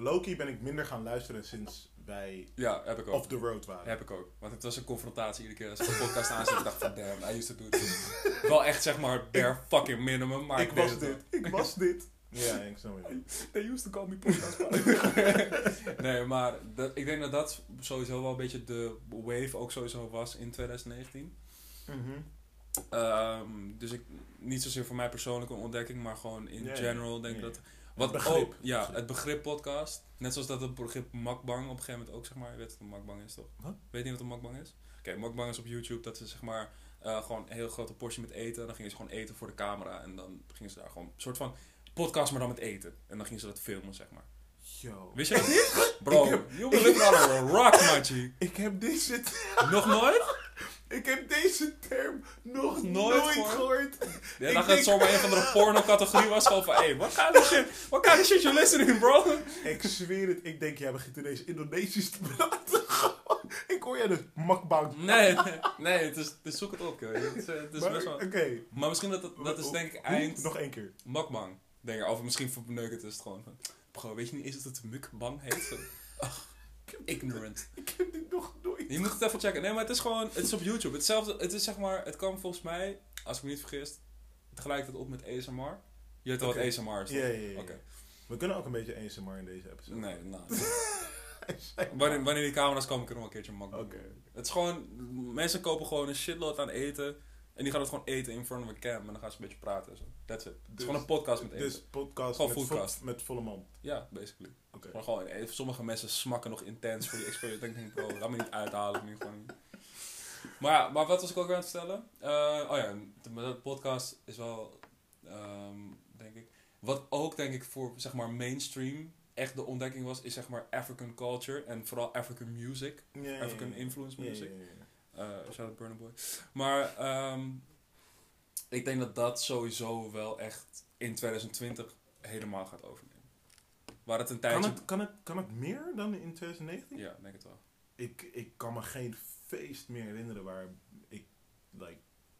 [SPEAKER 1] Loki ben ik minder gaan luisteren sinds wij
[SPEAKER 2] Ja, heb ik ook.
[SPEAKER 1] off the road waren.
[SPEAKER 2] Heb ik ook. Want het was een confrontatie iedere keer als ik de podcast aanzette. Ik dacht van damn, I used to do this. Wel echt zeg maar bare fucking minimum. Maar
[SPEAKER 1] ik
[SPEAKER 2] deed
[SPEAKER 1] was
[SPEAKER 2] het wel.
[SPEAKER 1] dit. Ik was dit. Ja, ik snap het.
[SPEAKER 2] They used to call me podcast nee, maar dat, ik denk dat dat sowieso wel een beetje de wave ook sowieso was in 2019.
[SPEAKER 1] Mhm.
[SPEAKER 2] Ehm, dus ik, niet zozeer voor mij persoonlijk een ontdekking, maar gewoon in
[SPEAKER 1] Ja, ja.
[SPEAKER 2] general denk ik
[SPEAKER 1] Ja,
[SPEAKER 2] dat...
[SPEAKER 1] ja.
[SPEAKER 2] Wat
[SPEAKER 1] Het begrip.
[SPEAKER 2] ook, ja,
[SPEAKER 1] Begrip.
[SPEAKER 2] het begrip podcast. Net zoals dat het begrip makbang op een gegeven moment ook, zeg maar. Je weet wat een makbang is, toch?
[SPEAKER 1] Wat?
[SPEAKER 2] Weet je wat een makbang is? Oké, makbang is op YouTube. Dat ze, zeg maar, eh, gewoon een heel grote portie met eten. En dan gingen ze gewoon eten voor de camera. En dan gingen ze daar gewoon een soort van podcast, maar dan met eten. En dan gingen ze dat filmen, zeg maar.
[SPEAKER 1] Yo.
[SPEAKER 2] Wist je dat niet? Bro,
[SPEAKER 1] Ik heb-
[SPEAKER 2] you were living on a rock, Machi.
[SPEAKER 1] Ik heb deze... t-
[SPEAKER 2] Nog nooit?
[SPEAKER 1] Ik heb deze term nog
[SPEAKER 2] Nooit
[SPEAKER 1] nooit,
[SPEAKER 2] gehoord.
[SPEAKER 1] gehoord.
[SPEAKER 2] Ja,
[SPEAKER 1] Ik
[SPEAKER 2] dan gaat het
[SPEAKER 1] denk-
[SPEAKER 2] zomaar een van de porno-categorie was gewoon van... Hey, what kind of shit, what kind of shit you listening, bro?
[SPEAKER 1] Ik zweer het. Ik denk, jij begint ineens Indonesisch te praten. ik hoor jij dus makbang.
[SPEAKER 2] Nee, nee, het is, dus zoek het op, joh. Het is, eh, het is
[SPEAKER 1] Maar,
[SPEAKER 2] best wel...
[SPEAKER 1] Oké.
[SPEAKER 2] Maar misschien dat, dat, dat is denk ik
[SPEAKER 1] Hoe?
[SPEAKER 2] eind
[SPEAKER 1] Nog één keer.
[SPEAKER 2] mukbang. Denk ik. Of misschien voor beneuken is het gewoon van... Bro, weet je niet eens dat het mukbang heet? Ach, ignorant.
[SPEAKER 1] Ik heb dit nog nooit.
[SPEAKER 2] Je moet het even checken. Nee, maar het is gewoon... Het is op YouTube. Hetzelfde... Het is zeg maar... Het kwam volgens mij, als ik me niet vergis, tegelijkertijd op met ASMR. Je weet al
[SPEAKER 1] Oké.
[SPEAKER 2] wat ASMR is, toch?
[SPEAKER 1] Ja, ja, ja, ja.
[SPEAKER 2] Oké.
[SPEAKER 1] We kunnen ook een beetje ASMR in deze episode.
[SPEAKER 2] Nee, nou... wanneer, wanneer die camera's komen, kunnen we een keertje mukbang.
[SPEAKER 1] Oké.
[SPEAKER 2] Het is gewoon... Mensen kopen gewoon een shitload aan eten... En die gaan het gewoon eten in front of a cam. En dan gaan ze een beetje praten en zo. That's it. het is
[SPEAKER 1] Dus-
[SPEAKER 2] gewoon een podcast met eten.
[SPEAKER 1] Dus podcast
[SPEAKER 2] Gewoon
[SPEAKER 1] met,
[SPEAKER 2] foodcast.
[SPEAKER 1] vo- met volle mond.
[SPEAKER 2] Ja, basically.
[SPEAKER 1] Oké.
[SPEAKER 2] Maar gewoon, eh, sommige mensen smakken nog intens voor die experience. Dan denk ik, bro, laat me niet uithalen. Nu gewoon. Maar, ja, maar wat was ik ook weer aan het vertellen? Eh, oh ja, de, maar dat podcast is wel, ehm, denk ik... Wat ook, denk ik, voor zeg maar mainstream echt de ontdekking was... is zeg maar African culture en vooral African music.
[SPEAKER 1] Ja, ja, ja,
[SPEAKER 2] African
[SPEAKER 1] ja.
[SPEAKER 2] influence
[SPEAKER 1] Ja, ja,
[SPEAKER 2] music.
[SPEAKER 1] ja, ja.
[SPEAKER 2] Eh, shout out Burna Boy. Maar ehm, ik denk dat dat sowieso wel echt in 2020 helemaal gaat overnemen. Waar het een
[SPEAKER 1] Kan,
[SPEAKER 2] tijdje...
[SPEAKER 1] het, kan, het, kan het meer dan in 2019?
[SPEAKER 2] Ja, denk het wel.
[SPEAKER 1] Ik, ik kan me geen feest meer herinneren waar ik... Like,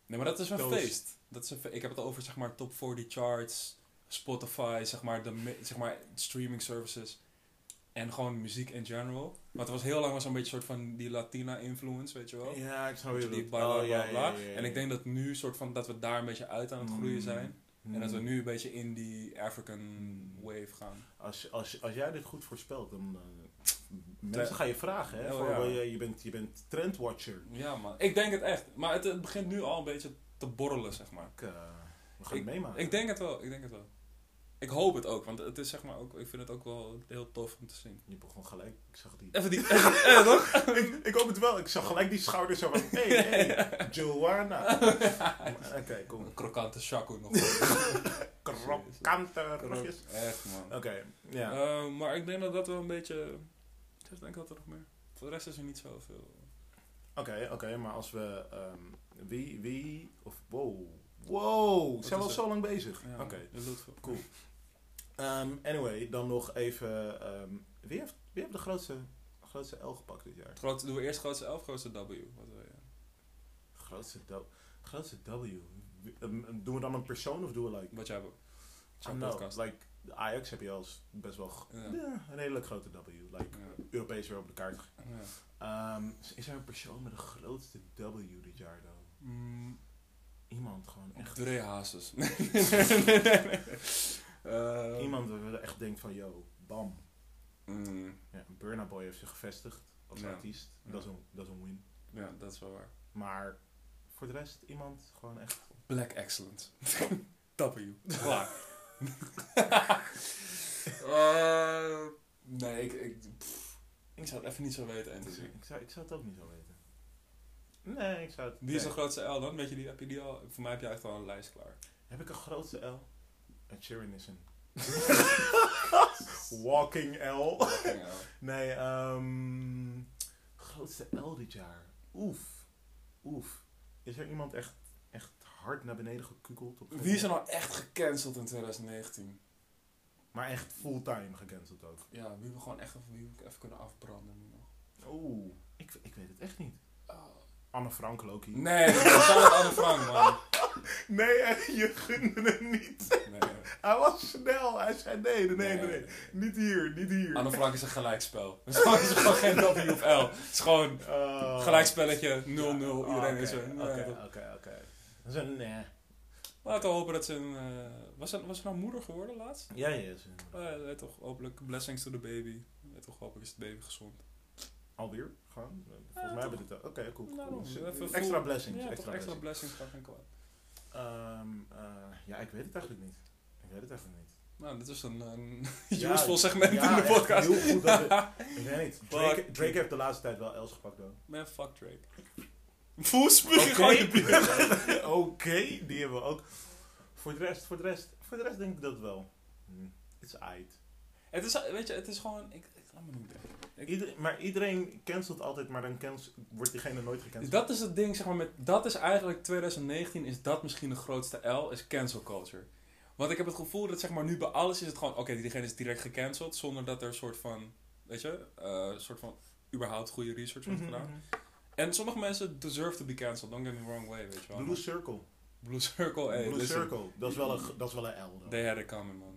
[SPEAKER 2] Nee, maar dat is een
[SPEAKER 1] Toast.
[SPEAKER 2] feest. Dat is een fe- ik heb het over zeg maar top 40 charts, Spotify, zeg maar, de me- zeg maar streaming services. En gewoon muziek in general. Want er was heel lang was er een beetje soort van die Latina influence, weet je wel.
[SPEAKER 1] Oh, ja, ik snap
[SPEAKER 2] Die
[SPEAKER 1] weer
[SPEAKER 2] bla bla bla. bla. En ik denk dat nu soort van dat we daar een beetje uit aan het
[SPEAKER 1] Mm,
[SPEAKER 2] groeien zijn. En dat we nu een beetje in die African
[SPEAKER 1] Hmm.
[SPEAKER 2] wave gaan.
[SPEAKER 1] Als, als, als jij dit goed voorspelt, dan... eh,
[SPEAKER 2] Trend-
[SPEAKER 1] mensen gaan je vragen, hè?
[SPEAKER 2] Oh,
[SPEAKER 1] voor,
[SPEAKER 2] ja.
[SPEAKER 1] wil je, je, bent, je bent trendwatcher.
[SPEAKER 2] Ja, man. Ik denk het echt. Maar het, het begint nu al een beetje te borrelen, zeg maar.
[SPEAKER 1] Ik, eh, we gaan het meemaken.
[SPEAKER 2] Ik denk het wel, ik denk het wel. Ik hoop het ook, want het is zeg maar ook, ik vind het ook wel heel tof om te zien.
[SPEAKER 1] Je begon gelijk, ik zag die...
[SPEAKER 2] Even die, eh, toch?
[SPEAKER 1] ik, ik hoop het wel, ik zag gelijk die schouders zo van... Hey, hey, Joanna. Oké, kom.
[SPEAKER 2] Een krokante shaku nog.
[SPEAKER 1] Krokante rugjes.
[SPEAKER 2] Echt, man.
[SPEAKER 1] Oké, ja.
[SPEAKER 2] Eh, maar ik denk dat dat wel een beetje, ik denk dat er nog meer. Voor de rest is er niet zoveel.
[SPEAKER 1] Oké, oké, maar als we. ehm, wie, wie. Of. Wow. Wow,
[SPEAKER 2] Wat
[SPEAKER 1] zijn we
[SPEAKER 2] is
[SPEAKER 1] al zo lang bezig.
[SPEAKER 2] Ja,
[SPEAKER 1] Oké,
[SPEAKER 2] heel veel.
[SPEAKER 1] cool. Ehm, anyway, dan nog even. ehm, wie, heeft, wie heeft de grootste, grootste L gepakt dit jaar?
[SPEAKER 2] Groot, doen we eerst grootste elf, grootste W. Wat wil je?
[SPEAKER 1] Grootste, do, grootste W. Wie- ehm, doen we dan een persoon of doen we like.
[SPEAKER 2] Wat jij wil. Zo'n
[SPEAKER 1] I don't know,
[SPEAKER 2] podcast.
[SPEAKER 1] like Ajax heb je als best wel. g-
[SPEAKER 2] Ja.
[SPEAKER 1] ja, een redelijk grote W. Like,
[SPEAKER 2] Ja,
[SPEAKER 1] Europees weer op de kaart. ge-
[SPEAKER 2] ja.
[SPEAKER 1] Ehm, is er een persoon met de grootste W dit jaar dan?
[SPEAKER 2] Mm,
[SPEAKER 1] Iemand gewoon echt.
[SPEAKER 2] Dre Hazes. nee, nee, nee, nee. Eh,
[SPEAKER 1] Iemand waar je echt denkt van, yo, bam.
[SPEAKER 2] mm,
[SPEAKER 1] Ja, Burna Boy heeft zich gevestigd als
[SPEAKER 2] Ja.
[SPEAKER 1] artiest.
[SPEAKER 2] Ja.
[SPEAKER 1] Dat, is een, dat is een win.
[SPEAKER 2] ja, dat is wel waar.
[SPEAKER 1] Maar voor de rest, iemand gewoon echt...
[SPEAKER 2] Black excellent. W. Klaar. Eh, nee, ik, ik, pff, ik zou het even niet zo weten.
[SPEAKER 1] Ik zou,
[SPEAKER 2] eigenlijk.
[SPEAKER 1] ik, zou, ik zou het ook niet zo weten. Nee, ik zou het...
[SPEAKER 2] Wie is de
[SPEAKER 1] nee.
[SPEAKER 2] grootste L dan? Weet je, die, heb je die al? Voor mij heb jij echt al een lijst klaar.
[SPEAKER 1] Heb ik een grootste L? Een Sheeran is een... Walking L. Nee, ehm grootste L dit jaar. Oef. Oef. Is er iemand echt, echt hard naar beneden gekukeld? Op
[SPEAKER 2] Wie is er nou echt gecanceld in 2019?
[SPEAKER 1] Maar echt fulltime gecanceld ook.
[SPEAKER 2] Ja, wie we gewoon echt even, wie we even kunnen afbranden nu nog.
[SPEAKER 1] Oeh. Ik, ik weet het echt niet.
[SPEAKER 2] Oh.
[SPEAKER 1] Anne Frank, Loki.
[SPEAKER 2] Nee, dat is altijd Anne Frank, man.
[SPEAKER 1] Nee, hè, je gunde hem niet.
[SPEAKER 2] Nee,
[SPEAKER 1] Hij was snel. Hij zei nee, nee, nee, nee. Niet hier, niet hier.
[SPEAKER 2] Anne Frank is een gelijkspel. Het is gewoon- het is gewoon geen W of L. Het is gewoon
[SPEAKER 1] Oh.
[SPEAKER 2] gelijkspelletje 0-0.
[SPEAKER 1] Oh,
[SPEAKER 2] Iedereen is
[SPEAKER 1] oké,
[SPEAKER 2] er. Nee, dat-
[SPEAKER 1] Oké, oké, oké. Dat is een eh, nee.
[SPEAKER 2] Laten we hopen dat ze een... eh, was, ze, was ze nou moeder geworden laatst?
[SPEAKER 1] Ja, ja. is een-
[SPEAKER 2] Eh, weet toch, hopelijk. Blessings to the baby. Weet toch, hopelijk is het baby gezond.
[SPEAKER 1] Alweer? Gewoon? Eh, Volgens
[SPEAKER 2] Ja,
[SPEAKER 1] mij
[SPEAKER 2] toch.
[SPEAKER 1] hebben we dit al. Oké, cool. cool.
[SPEAKER 2] Daarom,
[SPEAKER 1] Dus,
[SPEAKER 2] even
[SPEAKER 1] eh,
[SPEAKER 2] full-
[SPEAKER 1] extra blessings.
[SPEAKER 2] ja,
[SPEAKER 1] extra
[SPEAKER 2] toch, extra
[SPEAKER 1] blessings.
[SPEAKER 2] blessings. Ga geen kwaad.
[SPEAKER 1] Ehm, eh, ja, ik weet het eigenlijk niet. Ik weet het eigenlijk niet.
[SPEAKER 2] Nou, dit is een, een
[SPEAKER 1] Ja,
[SPEAKER 2] useful segment
[SPEAKER 1] ja,
[SPEAKER 2] in de
[SPEAKER 1] echt
[SPEAKER 2] podcast.
[SPEAKER 1] heel goed dat Ik weet niet. Drake,
[SPEAKER 2] Fuck.
[SPEAKER 1] Drake heeft de laatste tijd wel Els gepakt, hoor.
[SPEAKER 2] Man, fuck Drake. Voel spugen gewoon je bier.
[SPEAKER 1] Oké, die hebben we ook. Voor de rest, voor de rest, voor de rest denk ik dat wel. Hm, Het is uit.
[SPEAKER 2] Het is, weet je, het is gewoon... Ik, ik laat me niet denken.
[SPEAKER 1] maar iedereen cancelt altijd, maar dan cancel, wordt diegene nooit gecanceld.
[SPEAKER 2] Dat is het ding, zeg maar, met, dat is eigenlijk 2019, is dat misschien de grootste L, is cancel culture. Want ik heb het gevoel dat, zeg maar, nu bij alles is het gewoon, oké, diegene is direct gecanceld, zonder dat er een soort van, weet je, eh, een soort van, überhaupt goede research wordt
[SPEAKER 1] Mhm,
[SPEAKER 2] gedaan.
[SPEAKER 1] mhm.
[SPEAKER 2] En sommige mensen deserve to be cancelled, don't get me wrong way, weet je wel.
[SPEAKER 1] Blue Circle.
[SPEAKER 2] Blue Circle, Oh, hey,
[SPEAKER 1] Blue
[SPEAKER 2] listen,
[SPEAKER 1] Circle. Dat is wel een, dat is wel een L. dan.
[SPEAKER 2] they had it coming, man.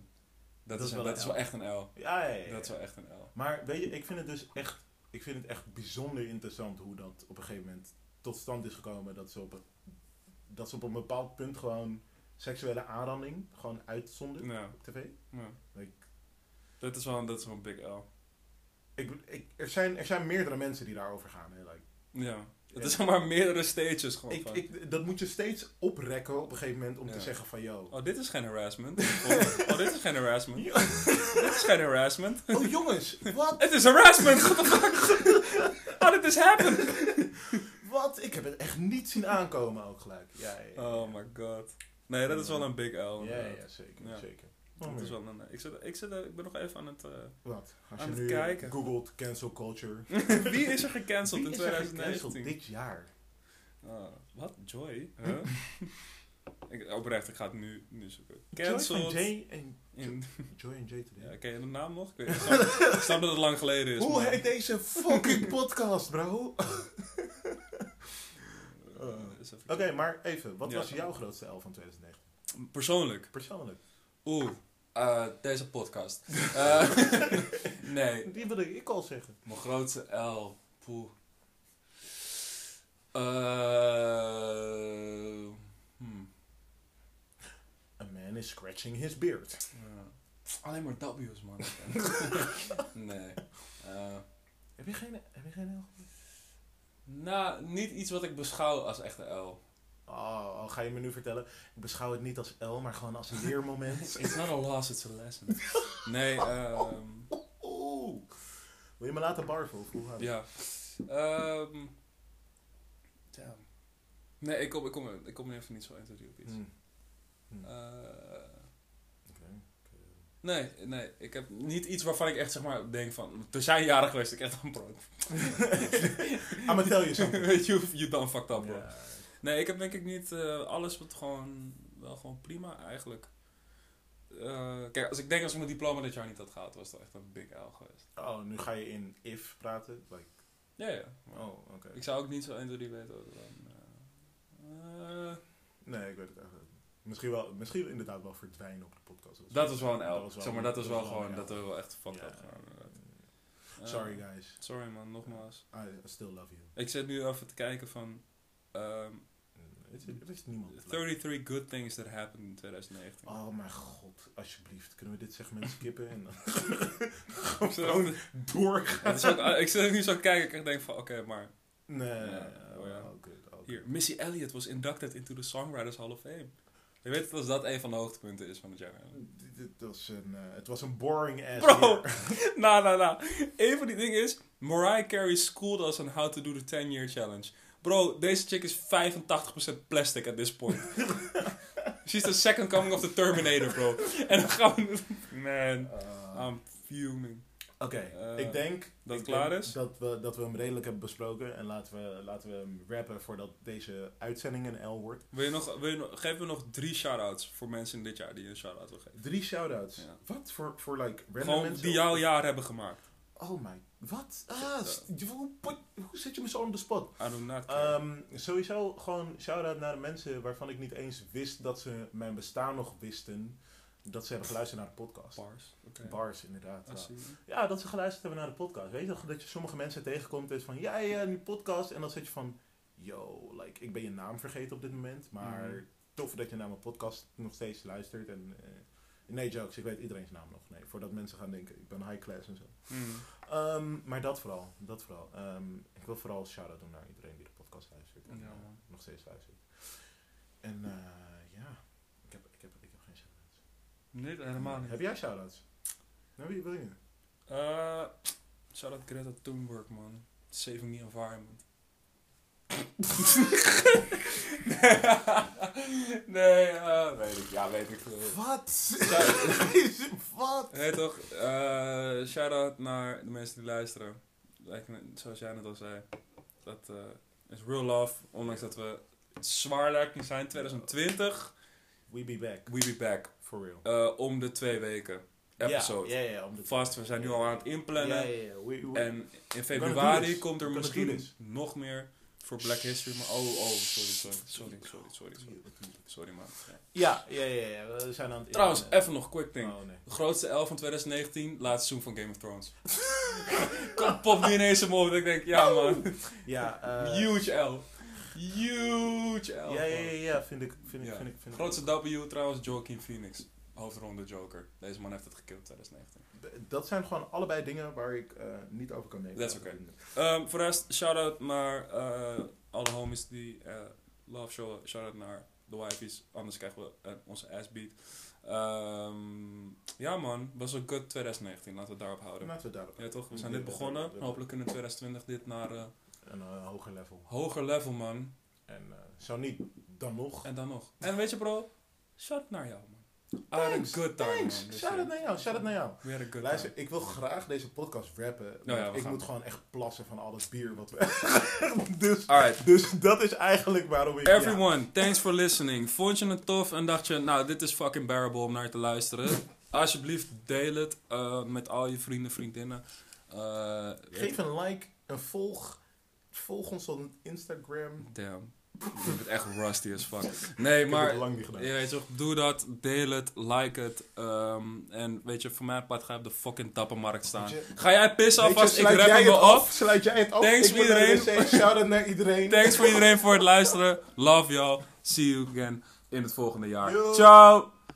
[SPEAKER 2] Dat, is,
[SPEAKER 1] wel
[SPEAKER 2] dat
[SPEAKER 1] een
[SPEAKER 2] is
[SPEAKER 1] L.
[SPEAKER 2] wel echt een L.
[SPEAKER 1] Ja, ja, ja, ja.
[SPEAKER 2] Dat is wel echt een L.
[SPEAKER 1] Maar weet je, ik vind het dus echt, ik vind het echt bijzonder interessant hoe dat op een gegeven moment tot stand is gekomen. Dat ze op een, dat ze op een bepaald punt gewoon seksuele aanranding gewoon uitzonden
[SPEAKER 2] Ja,
[SPEAKER 1] op tv.
[SPEAKER 2] ja.
[SPEAKER 1] Like-
[SPEAKER 2] Dat is wel een, dat is wel een big L.
[SPEAKER 1] Ik, ik, er, zijn, er zijn meerdere mensen die daarover gaan. Hè? Like,
[SPEAKER 2] Ja. Het
[SPEAKER 1] Ja.
[SPEAKER 2] is maar meerdere stages gewoon
[SPEAKER 1] ik,
[SPEAKER 2] van.
[SPEAKER 1] ik, dat moet je steeds oprekken op een gegeven moment om
[SPEAKER 2] Oh, Ja.
[SPEAKER 1] te zeggen van yo.
[SPEAKER 2] Oh, dit is geen harassment. Oh, oh, dit is geen harassment. dit is geen harassment.
[SPEAKER 1] Oh jongens, wat?
[SPEAKER 2] Het is harassment, what the fuck? How did this happen?
[SPEAKER 1] Wat? Ik heb het echt niet zien aankomen ook gelijk. Ja, ja, ja.
[SPEAKER 2] Oh my god. Nee, dat is wel een big L.
[SPEAKER 1] ja,
[SPEAKER 2] Oh, inderdaad.
[SPEAKER 1] ja, Oh, zeker,
[SPEAKER 2] Ja.
[SPEAKER 1] zeker.
[SPEAKER 2] Dat is wel een, ik, zit, ik, zit, eh, ik ben nog even aan het... eh,
[SPEAKER 1] Wat? Als
[SPEAKER 2] Aan
[SPEAKER 1] je
[SPEAKER 2] het
[SPEAKER 1] nu
[SPEAKER 2] kijken.
[SPEAKER 1] googelt cancel culture.
[SPEAKER 2] Wie is er gecanceld
[SPEAKER 1] Wie
[SPEAKER 2] in
[SPEAKER 1] is er gecanceld
[SPEAKER 2] 2019?
[SPEAKER 1] dit jaar?
[SPEAKER 2] Oh, Wat? Joy? Huh? ik, oprecht, ik ga het nu, nu zoeken.
[SPEAKER 1] Hm? Joy
[SPEAKER 2] Cancelled
[SPEAKER 1] van Jay en
[SPEAKER 2] in...
[SPEAKER 1] Joy en Jay today.
[SPEAKER 2] Ja, ken je de naam nog? Ik, weet, ik, snap, ik snap dat het lang geleden is.
[SPEAKER 1] Hoe
[SPEAKER 2] maar-
[SPEAKER 1] heet deze fucking podcast, bro? Oké,
[SPEAKER 2] Eh, is even-
[SPEAKER 1] maar even. Wat
[SPEAKER 2] Ja.
[SPEAKER 1] was jouw grootste L van 2019?
[SPEAKER 2] Persoonlijk.
[SPEAKER 1] Persoonlijk.
[SPEAKER 2] Oeh, eh, deze podcast. Eh, nee,
[SPEAKER 1] Die wilde ik al zeggen.
[SPEAKER 2] mijn grootste L. Poeh. Eh, hmm.
[SPEAKER 1] A man is scratching his beard.
[SPEAKER 2] Ja. Eh, Alleen maar W's, man. nee. Eh,
[SPEAKER 1] Heb je geen, heb je geen L?
[SPEAKER 2] nou, niet iets wat ik beschouw als echte L.
[SPEAKER 1] Oh, oh, ga je me nu vertellen? Ik beschouw het niet als L, maar gewoon als een leermoment.
[SPEAKER 2] It's not a loss, it's a lesson. Nee, ehm
[SPEAKER 1] Oeh. Wil je me laten barven? Of hoe gaat het?
[SPEAKER 2] ja. Ehm ja. Nee, ik kom, ik, kom, ik kom even niet zo 1, 2, 3 op iets.
[SPEAKER 1] Hmm,
[SPEAKER 2] Eh,
[SPEAKER 1] oké.
[SPEAKER 2] Nee, nee, ik heb niet iets waarvan ik echt zeg maar denk van, er zijn jaren geweest dat ik echt aan brood.
[SPEAKER 1] Ah, maar tel je zo.
[SPEAKER 2] Weet je, you done fucked up bro.
[SPEAKER 1] Ja.
[SPEAKER 2] Nee, ik heb denk ik niet eh, alles wat gewoon, wel gewoon prima eigenlijk. Eh, kijk, als ik denk als ik mijn diploma dit jaar niet had gehad, was dat echt een big L geweest.
[SPEAKER 1] Oh, nu ga je in if praten. Like,
[SPEAKER 2] Ja, ja.
[SPEAKER 1] oh, oké.
[SPEAKER 2] Ik zou ook niet zo 1, 2, 3 weten. wat dan, eh, eh,
[SPEAKER 1] Nee, ik weet het eigenlijk niet. Misschien, wel, misschien inderdaad wel verdwijnen op de podcast.
[SPEAKER 2] dat was wel een L.
[SPEAKER 1] was wel-
[SPEAKER 2] zeg maar, dat was wel
[SPEAKER 1] een
[SPEAKER 2] gewoon,
[SPEAKER 1] L.
[SPEAKER 2] dat we wel echt fucked
[SPEAKER 1] Ja.
[SPEAKER 2] up gaan. inderdaad. Eh,
[SPEAKER 1] Sorry guys,
[SPEAKER 2] Sorry man, nogmaals.
[SPEAKER 1] I still love you.
[SPEAKER 2] Ik zit nu even te kijken van, ehm,
[SPEAKER 1] Mm, Weet je, er is niemand.
[SPEAKER 2] 33 good things that happened in 2019.
[SPEAKER 1] Oh mijn god, alsjeblieft. Kunnen we dit segment skippen en dan
[SPEAKER 2] Ik zit ook-
[SPEAKER 1] gewoon doorgaan?
[SPEAKER 2] het is ook- ah, ik zit ook nu zo kijken en ik denk van, oké, maar...
[SPEAKER 1] Nee,
[SPEAKER 2] Ja, oh ja.
[SPEAKER 1] oh, good, oh, good.
[SPEAKER 2] Hier, Missy Elliott was inducted into the Songwriters Hall of Fame. Je weet dat als dat een van de hoogtepunten is van het jaar.
[SPEAKER 1] Dit- dit was een, eh, het was een boring ass
[SPEAKER 2] Bro.
[SPEAKER 1] year.
[SPEAKER 2] Na, na, na. Een van die dingen is, Mariah Carey schooled us on how to do the 10-year challenge. Bro, deze chick is 85% plastic at this point. She's the second coming of the Terminator, bro. En dan gaan we... Man,
[SPEAKER 1] Eh,
[SPEAKER 2] I'm fuming.
[SPEAKER 1] Oké,
[SPEAKER 2] Ah. eh,
[SPEAKER 1] ik denk ik
[SPEAKER 2] dat het klaar
[SPEAKER 1] denk
[SPEAKER 2] is?
[SPEAKER 1] Dat we, dat we hem redelijk hebben besproken. En laten we, laten we hem rappen voordat deze uitzending een L wordt.
[SPEAKER 2] Wil je nog, wil je nog, geef me nog drie shout-outs voor mensen in dit jaar die je een shout-out wil geven.
[SPEAKER 1] Drie shout-outs.
[SPEAKER 2] Ja.
[SPEAKER 1] Wat? Voor, voor like, random
[SPEAKER 2] Gewoon
[SPEAKER 1] mensen?
[SPEAKER 2] die jouw jaar hebben gemaakt.
[SPEAKER 1] Oh my, wat? Ah, st- hoe, hoe zet je me zo on the spot?
[SPEAKER 2] I do not care.
[SPEAKER 1] Ehm, sowieso gewoon shout-out naar de mensen waarvan ik niet eens wist dat ze mijn bestaan nog wisten. Dat ze hebben geluisterd naar de podcast.
[SPEAKER 2] Bars. Oké.
[SPEAKER 1] Bars, inderdaad.
[SPEAKER 2] I
[SPEAKER 1] ja.
[SPEAKER 2] see you.
[SPEAKER 1] Ja, dat ze geluisterd hebben naar de podcast. Weet je toch, dat je sommige mensen tegenkomt en is van, ja, ja, die podcast. En dan zit je van, yo, like, ik ben je naam vergeten op dit moment. Maar
[SPEAKER 2] Mhm.
[SPEAKER 1] tof dat je naar mijn podcast nog steeds luistert. En eh, nee, jokes, ik weet iedereen's naam nog. Nee, voordat mensen gaan denken, ik ben high class en zo.
[SPEAKER 2] Hmm.
[SPEAKER 1] Ehm, maar dat vooral, dat vooral. Ehm, ik wil vooral een shout-out doen naar iedereen die de podcast luistert. En,
[SPEAKER 2] Ja,
[SPEAKER 1] eh,
[SPEAKER 2] man.
[SPEAKER 1] nog steeds luistert. En eh, ja, ik heb, ik, heb, ik heb geen shout-outs.
[SPEAKER 2] Niet helemaal niet.
[SPEAKER 1] Heb jij shout-outs? Nou, wie wil je?
[SPEAKER 2] Eh, shout-out Greta Thunberg, man. Saving the environment. nee, eh, weet ik. Ja, weet ik veel.
[SPEAKER 1] Wat?
[SPEAKER 2] Shout-
[SPEAKER 1] Wat?
[SPEAKER 2] Nee, toch? Eh, shout-out naar de mensen die luisteren. Lijkt me, zoals jij net al zei. Dat eh, is real love. Ondanks dat we zwaar lijken zijn. 2020,
[SPEAKER 1] We be back.
[SPEAKER 2] we be back.
[SPEAKER 1] For real.
[SPEAKER 2] Eh, om de twee weken. Episode.
[SPEAKER 1] Ja, ja, ja. Om de
[SPEAKER 2] Vast, we zijn nu al aan het inplannen.
[SPEAKER 1] Ja, ja, ja. We, we-
[SPEAKER 2] En in
[SPEAKER 1] Gonna do
[SPEAKER 2] februari
[SPEAKER 1] this.
[SPEAKER 2] komt er
[SPEAKER 1] Gonna do
[SPEAKER 2] misschien
[SPEAKER 1] this.
[SPEAKER 2] nog meer voor Black History. Maar oh, oh, sorry, sorry, sorry, sorry, sorry, sorry, sorry man. Ja.
[SPEAKER 1] Ja, ja, ja, ja. We zijn aan het...
[SPEAKER 2] Trouwens,
[SPEAKER 1] inplannen.
[SPEAKER 2] even nog quick thing.
[SPEAKER 1] Oh, nee.
[SPEAKER 2] De grootste L van 2019, laatste seizoen van Game of Thrones. Kom, pop nu ineens omhoog dat ik denk, ja man,
[SPEAKER 1] Ja, eh,
[SPEAKER 2] huge L. Huge L.
[SPEAKER 1] Ja, ja, ja, ja, vind ik, vind ik,
[SPEAKER 2] Ja.
[SPEAKER 1] vind ik, vind ik.
[SPEAKER 2] Grootste W trouwens, Joaquin Phoenix. Hoofdronde Joker. Deze man heeft het gekild 2019.
[SPEAKER 1] Dat zijn gewoon allebei dingen waar ik eh, niet over kan nemen.
[SPEAKER 2] That's okay. Ehm, voor de rest, shout-out naar eh, alle homies die eh love showen. Shout-out naar de YP's, anders krijgen we eh, onze ass beat. Ehm, ja man, was een good 2019, laten we het daarop houden.
[SPEAKER 1] Laten we het daarop.
[SPEAKER 2] Ja toch, we zijn net begonnen. Hopelijk kunnen 2020 dit naar eh,
[SPEAKER 1] Een eh, hoger level.
[SPEAKER 2] hoger level man.
[SPEAKER 1] En eh, zo niet, dan nog.
[SPEAKER 2] En dan nog. En weet je bro, shout-out naar jou man. I had a
[SPEAKER 1] Thanks,
[SPEAKER 2] good time
[SPEAKER 1] Thanks.
[SPEAKER 2] man. this
[SPEAKER 1] Shout out
[SPEAKER 2] year.
[SPEAKER 1] naar jou, shout out naar jou.
[SPEAKER 2] We had a good Nou
[SPEAKER 1] Luister, ik wil graag deze podcast rappen.
[SPEAKER 2] ja,
[SPEAKER 1] want
[SPEAKER 2] we
[SPEAKER 1] ik
[SPEAKER 2] gaan.
[SPEAKER 1] moet gewoon echt plassen van al dat bier wat we... dus,
[SPEAKER 2] time. Alright.
[SPEAKER 1] dus dat is eigenlijk waarom ik... ja.
[SPEAKER 2] Everyone, thanks for listening. Vond je het tof en dacht je, nou, dit is fucking bearable om naar te luisteren? Alsjeblieft, deel het eh, met al je vrienden, vriendinnen. Eh,
[SPEAKER 1] Geef een like, een volg. Volg ons op Instagram.
[SPEAKER 2] Damn. Ik ben echt rusty as fuck. Nee,
[SPEAKER 1] ik heb
[SPEAKER 2] maar...
[SPEAKER 1] het lang niet
[SPEAKER 2] Ja,
[SPEAKER 1] gedaan.
[SPEAKER 2] weet je, toch, doe dat, deel het, like het. ehm, en weet je, voor mijn part ga je op de fucking tappenmarkt staan.
[SPEAKER 1] Weet je-
[SPEAKER 2] Ga jij pissen
[SPEAKER 1] Weet je,
[SPEAKER 2] alvast? Ik
[SPEAKER 1] sluit
[SPEAKER 2] rap
[SPEAKER 1] jij
[SPEAKER 2] hem wel
[SPEAKER 1] het
[SPEAKER 2] af.
[SPEAKER 1] Sluit jij het af?
[SPEAKER 2] Thanks
[SPEAKER 1] Ik
[SPEAKER 2] voor
[SPEAKER 1] word naar de
[SPEAKER 2] iedereen.
[SPEAKER 1] wc. Shout-out naar iedereen.
[SPEAKER 2] Thanks voor iedereen voor het luisteren. Love y'all. See you again in het volgende jaar.
[SPEAKER 1] Yo.
[SPEAKER 2] Ciao!